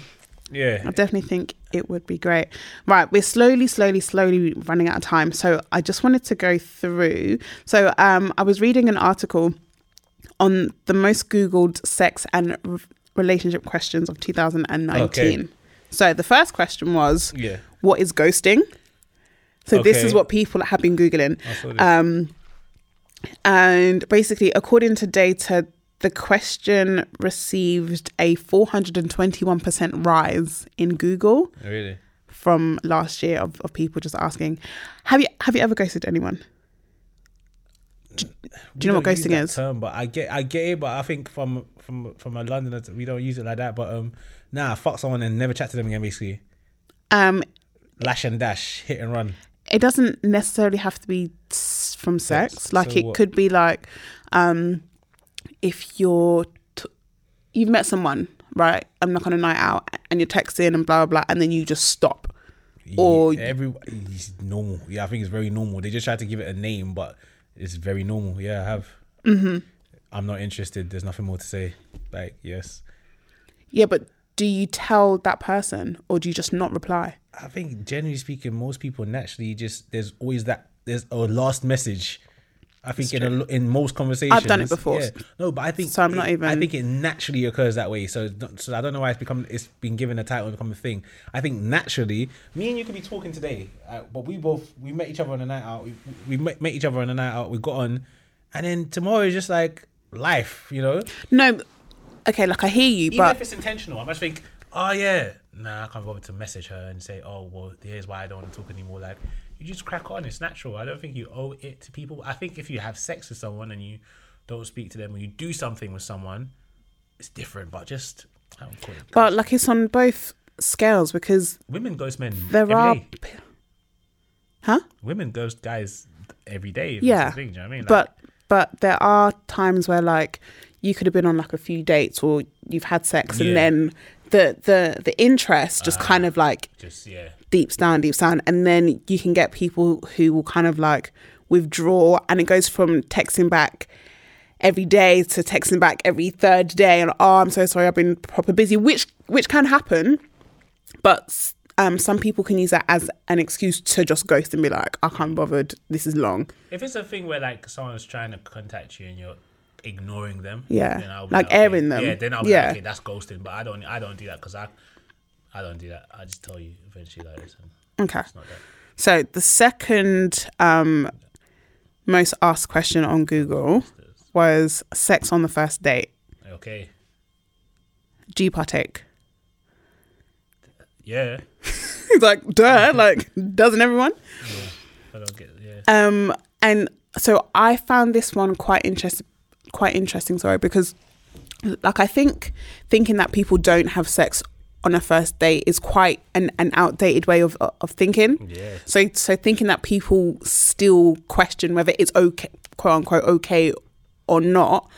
G: yeah.
F: I definitely think it would be great. Right, we're slowly, slowly, slowly running out of time. So I just wanted to go through. So um, I was reading an article on the most Googled sex and r- relationship questions of 2019.
G: Okay.
F: So the first question was,
G: Yeah.
F: what is ghosting? So this
G: Okay.
F: is what people have been Googling.
G: saw this.
F: Um, and basically, according to data, the question received a 421% rise in Google
G: Really?
F: from last year of, of people just asking, have you have you ever ghosted anyone? Do you know
G: We
F: what
G: don't use
F: ghosting
G: that
F: is?
G: Term, but I get, I get it. But I think from from from a Londoner, we don't use it like that. But um, nah, fuck someone and never chat to them again. Basically,
F: Um,
G: lash and dash, hit and run.
F: it doesn't necessarily have to be s- from sex.
G: Sex,
F: Like
G: so
F: it
G: what?
F: could be like, um, if you're t- you've met someone, right? I'm like on a night out, and you're texting and blah blah, blah and then you just stop. Or-
G: yeah, every it's normal. Yeah, I think it's very normal. They just try to give it a name, but it's very normal. Yeah, I have. Mm-hmm. I'm not interested. There's nothing more to say. Like yes,
F: Yeah, but do you tell that person or do you just not reply?
G: I think generally speaking, most people naturally just there's always that there's a last message. I think in a, lo- in most conversations,
F: done it before.
G: No, but I think
F: So I'm not
G: it- I
F: even-
G: think it naturally occurs that way. So it's not- so I don't know why it's become it's been given a title and become a thing. I think naturally, me and you could be talking today, uh, but we both we met each other on a night out. We, we met, met each other on a night out. We got on, and then tomorrow is just like life, you know.
F: No, okay, like I hear you,
G: Even
F: but
G: if it's intentional, I must think, oh yeah, nah, I can't bother to message her and say, oh well, here's why I don't want to talk anymore. Like, you just crack on. It's natural. I don't think you owe it to people. I think if you have sex with someone and you don't speak to them or you do something with someone, it's different. But just I don't call it.
F: but like it's on both scales because
G: women ghost men
F: there
G: every
F: are,
G: day.
F: p- huh?
G: women ghost guys every day. That's the
F: yeah
G: thing, do you know what I mean? Like,
F: but but there are times where like you could have been on like a few dates or you've had sex
G: Yeah. Ah.
F: and then the the the interest just kind of like
G: just yeah.
F: deeps down deeps down and then you can get people who will kind of like withdraw and it goes from texting back every day to texting back every third day and oh i'm so sorry i've been proper busy which which can happen but um, some people can use that as an excuse to just ghost and be like i can't be bothered this is long
G: If it's a thing where like someone's trying to contact you and you're ignoring them,
F: Yeah.
G: then I'll be
F: Like,
G: okay.
F: airing them.
G: yeah, then I'll be
F: Yeah.
G: like, okay, that's ghosting. But I don't, I don't do that because I, I don't do that. I just tell you eventually like this. And
F: okay
G: it's not that.
F: So the second um, most asked question on Google was sex on the first date.
G: Okay,
F: Do you partake?
G: yeah,
F: He's <laughs> like, duh, like, doesn't everyone?
G: I don't get yeah.
F: Um, and so I found this one quite interesting, quite interesting, sorry, because like I think thinking that people don't have sex on a first date is quite an, an outdated way of of thinking.
G: Yes.
F: So so thinking that people still question whether it's okay, quote unquote, okay or not,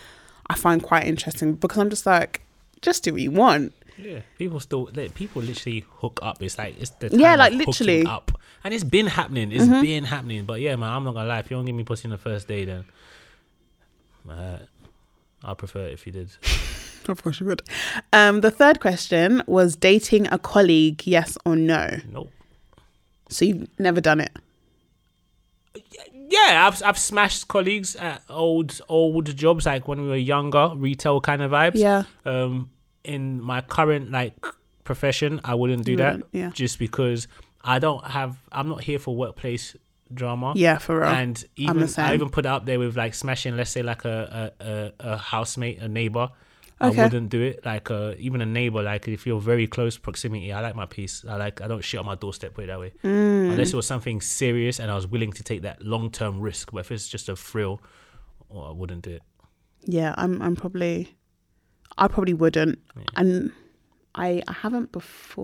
F: I find quite interesting because I'm just like, just do what you want.
G: Yeah, people still like, people literally hook up. It's like it's the
F: Yeah,
G: time
F: like,
G: of hooking
F: literally. Mm-hmm.
G: up, and it's been happening. It's been happening. But yeah, man, I'm not gonna lie. If you don't give me pussy on the first day, then uh, I prefer it if you did.
F: Of course you would. Um, the third question was dating a colleague, yes or no.
G: Nope.
F: So you've never done it.
G: yeah, I've I've smashed colleagues at old old jobs like when we were younger, retail kind of vibes.
F: Yeah.
G: Um, in my current like profession, I wouldn't do that.
F: wouldn't, yeah.
G: Just because I don't have, I'm not here for workplace drama.
F: Yeah, for real.
G: And
F: I'm the
G: even
F: same.
G: I even put it up there with like smashing, let's say like a a, a, a housemate, a neighbor.
F: Okay.
G: I wouldn't do it. Like uh, even a neighbor, like if you're very close proximity, I like my peace. I like I don't shit on my doorstep. Put it that way.
F: Mm.
G: Unless it was something serious and I was willing to take that long term risk. But if it's just a thrill, well, I wouldn't do it.
F: Yeah, I'm. I'm probably. I probably wouldn't, and I I haven't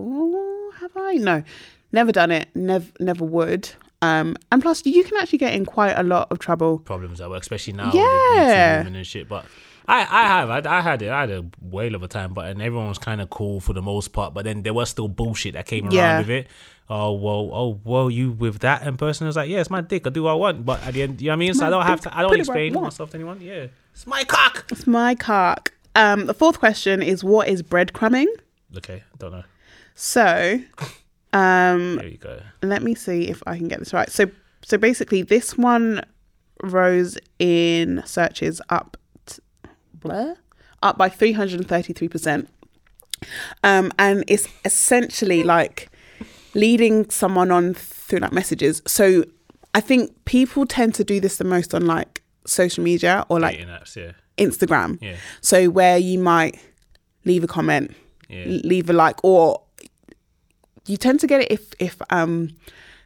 F: before, have I? No, never done it. Never never would. Um, and plus, you can actually get in quite a lot of trouble.
G: Problems at work, especially now.
F: Yeah.
G: With the YouTube and shit. But I I have I, I had it. I had a whale of a time. But and everyone was kind of cool for the most part. But then there was still bullshit that came around
F: Yeah.
G: with it. Oh well, oh well, you with that in person? I was like, yeah, it's my dick. I do what I want. But at the end, you know what I mean. So I don't have to. I don't
F: Put it where I
G: explain
F: want.
G: myself to anyone. Yeah, it's my cock.
F: It's my cock. Um, the fourth question is what is breadcrumbing?
G: Okay, don't know.
F: So, um,
G: There you go.
F: let me see if I can get this right. So so basically this one rose in searches up t- blur up by 333%. Um and it's essentially like leading someone on through like messages. So I think people tend to do this the most on like social media or like
G: Dating apps, yeah.
F: Instagram.
G: Yeah.
F: So where you might leave a comment,
G: Yeah.
F: l- leave a like, or you tend to get it if if um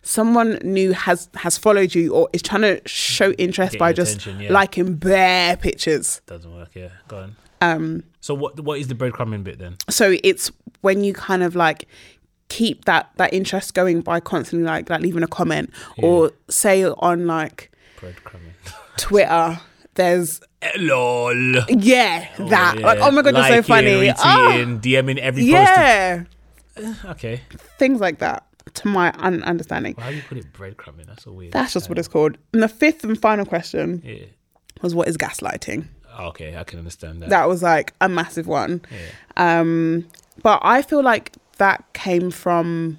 F: someone new has has followed you or is trying to show interest
G: Get
F: by
G: your
F: just
G: attention, yeah.
F: liking bare pictures.
G: Doesn't work, yeah. Go on. Um So what what is the breadcrumbing bit then?
F: So it's when you kind of like keep that that interest going by constantly like like leaving a comment or say on like
G: Breadcrumbing. <laughs>
F: Twitter. There's
G: Lol.
F: yeah that
G: Yeah.
F: like oh my god it's so
G: Liking,
F: funny oh,
G: Retweeting, DMing every
F: yeah
G: post. Okay.
F: things like that to my un- understanding
G: Why do you put it breadcrumbing? That's so weird.
F: that's just what it's called and the fifth and final question
G: Yeah.
F: was what is gaslighting
G: Oh, Okay, I can understand that.
F: that was like a massive one um But I feel like that came from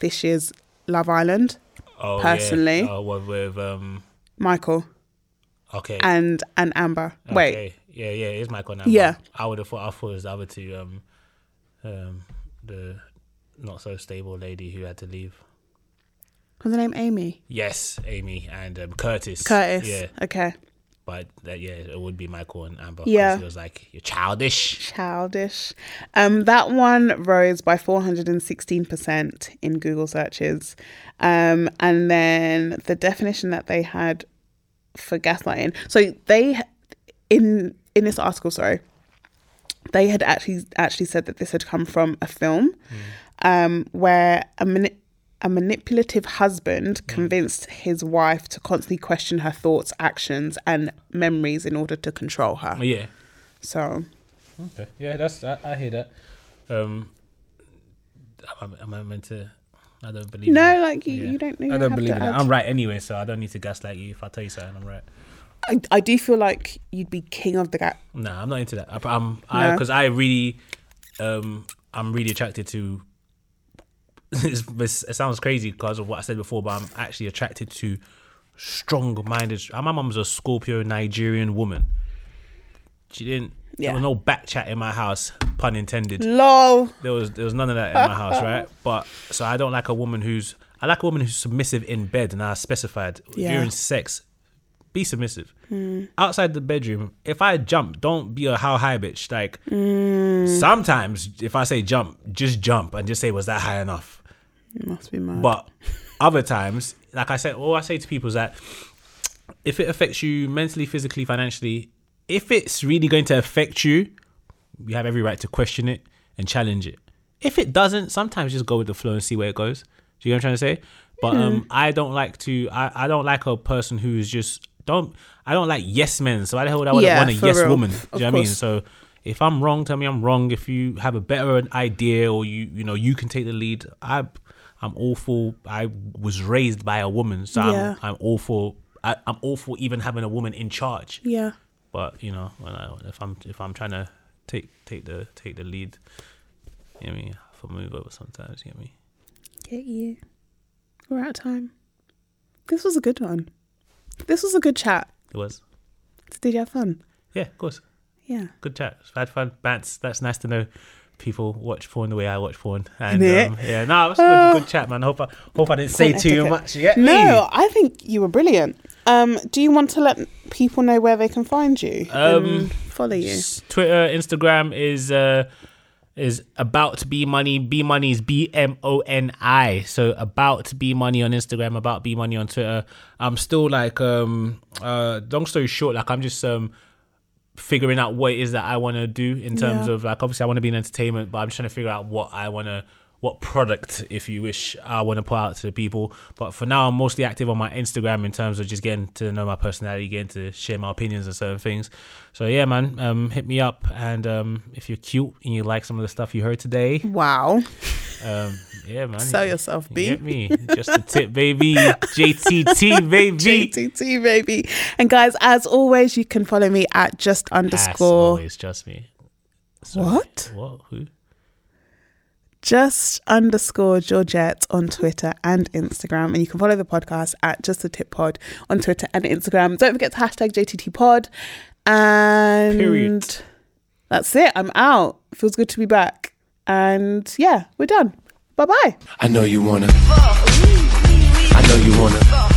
F: this year's Love Island,
G: Oh,
F: Personally.
G: Yeah. Oh, what with um.
F: Michael
G: Okay.
F: and and Amber. Wait,
G: Okay. Yeah, yeah, it's Michael now.
F: Yeah.
G: I would have thought. I thought it was the other two. Um, um, the not so stable lady who had to leave.
F: what's her name? Amy
G: Yes, Amy and um, Curtis.
F: Curtis.
G: Yeah,
F: Okay.
G: but that, yeah, it would be Michael and Amber. 'cause
F: Yeah.
G: He was like, "You're childish."
F: Childish. Um, that one rose by 416% in Google searches. Um, and then the definition that they had for gaslighting. So they in in this article, sorry, they had actually actually said that this had come from a film um, where a mani- a manipulative husband convinced his wife to constantly question her thoughts, actions, and memories in order to control her.
G: Yeah.
F: So
G: Okay. Yeah, that's I, I hear that. Um, am, I- am I meant to? I don't believe. in
F: No,
G: that.
F: like you,
G: Yeah.
F: you don't. You
G: I don't
F: have
G: believe
F: to
G: in
F: add-
G: that. I'm right anyway, so I don't need to gaslight you. If I tell you something, I'm right.
F: I, I do feel like you'd be king of the gap.
G: No, I'm not into that. I, I'm I
F: No.
G: because I really, um, I'm really attracted to. <laughs> it's, it's, it sounds crazy because of what I said before, but I'm actually attracted to strong-minded. Ah, My mum's a Scorpio Nigerian woman. She didn't.
F: Yeah.
G: There was no back chat in my house, pun intended.
F: Lol.
G: There was there was none of that in my house, right? But so I don't like a woman who's I like a woman who's submissive in bed, and I specified
F: Yeah.
G: during sex, be submissive. Outside the bedroom, if I jump, don't be a how high bitch. Like sometimes if I say jump, just jump and just say was that high enough.
F: You must be mad.
G: But other times, like I said, all I say to people is that if it affects you mentally, physically, financially, if it's really going to affect you, you have every right to question it and challenge it. If it doesn't, sometimes just go with the flow and see where it goes. Do you know what I'm trying to say? But
F: Mm-hmm.
G: um, I don't like to. I, I don't like a person who is just don't. I don't like yes men. So I the hell would I would
F: Yeah,
G: want a
F: for
G: yes
F: real.
G: woman? Do
F: Of
G: you know what I mean?
F: course.
G: So if I'm wrong, tell me I'm wrong. If you have a better idea or you you know you can take the lead, I I'm all for. I was raised by a woman, so
F: Yeah.
G: I'm I'm all for. I, I'm all for even having a woman in charge.
F: yeah,
G: But you know, when I, if I'm if I'm trying to take take the take the lead, you know what I mean, I have to move over sometimes. You know what I
F: get
G: mean?
F: you. We're out of time. This was a good one. This was a good chat.
G: It was
F: Did you have fun?
G: yeah, of course,
F: Yeah.
G: good chat. I had fun. Bats, that's nice to know. People watch porn the way I watch porn, and
F: Innit?
G: um, yeah, no, it was a good, good chat, man. Hope I hope I didn't say
F: Porn
G: too
F: etiquette.
G: much. Yeah,
F: No, I think you were brilliant. Um, do you want to let people know where they can find you?
G: Um,
F: and follow you.
G: S- Twitter, Instagram is uh is about B money. B money is B M O N I. So about B money on Instagram, about B money on Twitter. I'm still like um uh long story short, like I'm just um figuring out what it is that I want to do in terms
F: Yeah.
G: of like obviously I want to be in entertainment, but I'm just trying to figure out what I want to what product, if you wish, I want to put out to the people. But for now, I'm mostly active on my Instagram in terms of just getting to know my personality, getting to share my opinions and certain things. So yeah, man, um, hit me up, and um, if you're cute and you like some of the stuff you heard today,
F: <laughs> Wow.
G: um, yeah, man,
F: Sell yourself,
G: you
F: B.
G: Get me
F: <laughs>
G: just a tip, baby. JTT, baby.
F: GTT, baby. And guys, as always, you can follow me at just
G: As
F: underscore.
G: always, just me. Sorry.
F: What?
G: What? Who?
F: just underscore Georgette on Twitter and Instagram. And you can follow the podcast at just the tip pod on Twitter and Instagram. Don't forget to hashtag JTT pod. And
G: Period.
F: that's it. I'm out. Feels good to be back. And yeah, we're done. Bye bye.
H: I know you wanna.
E: I know you wanna.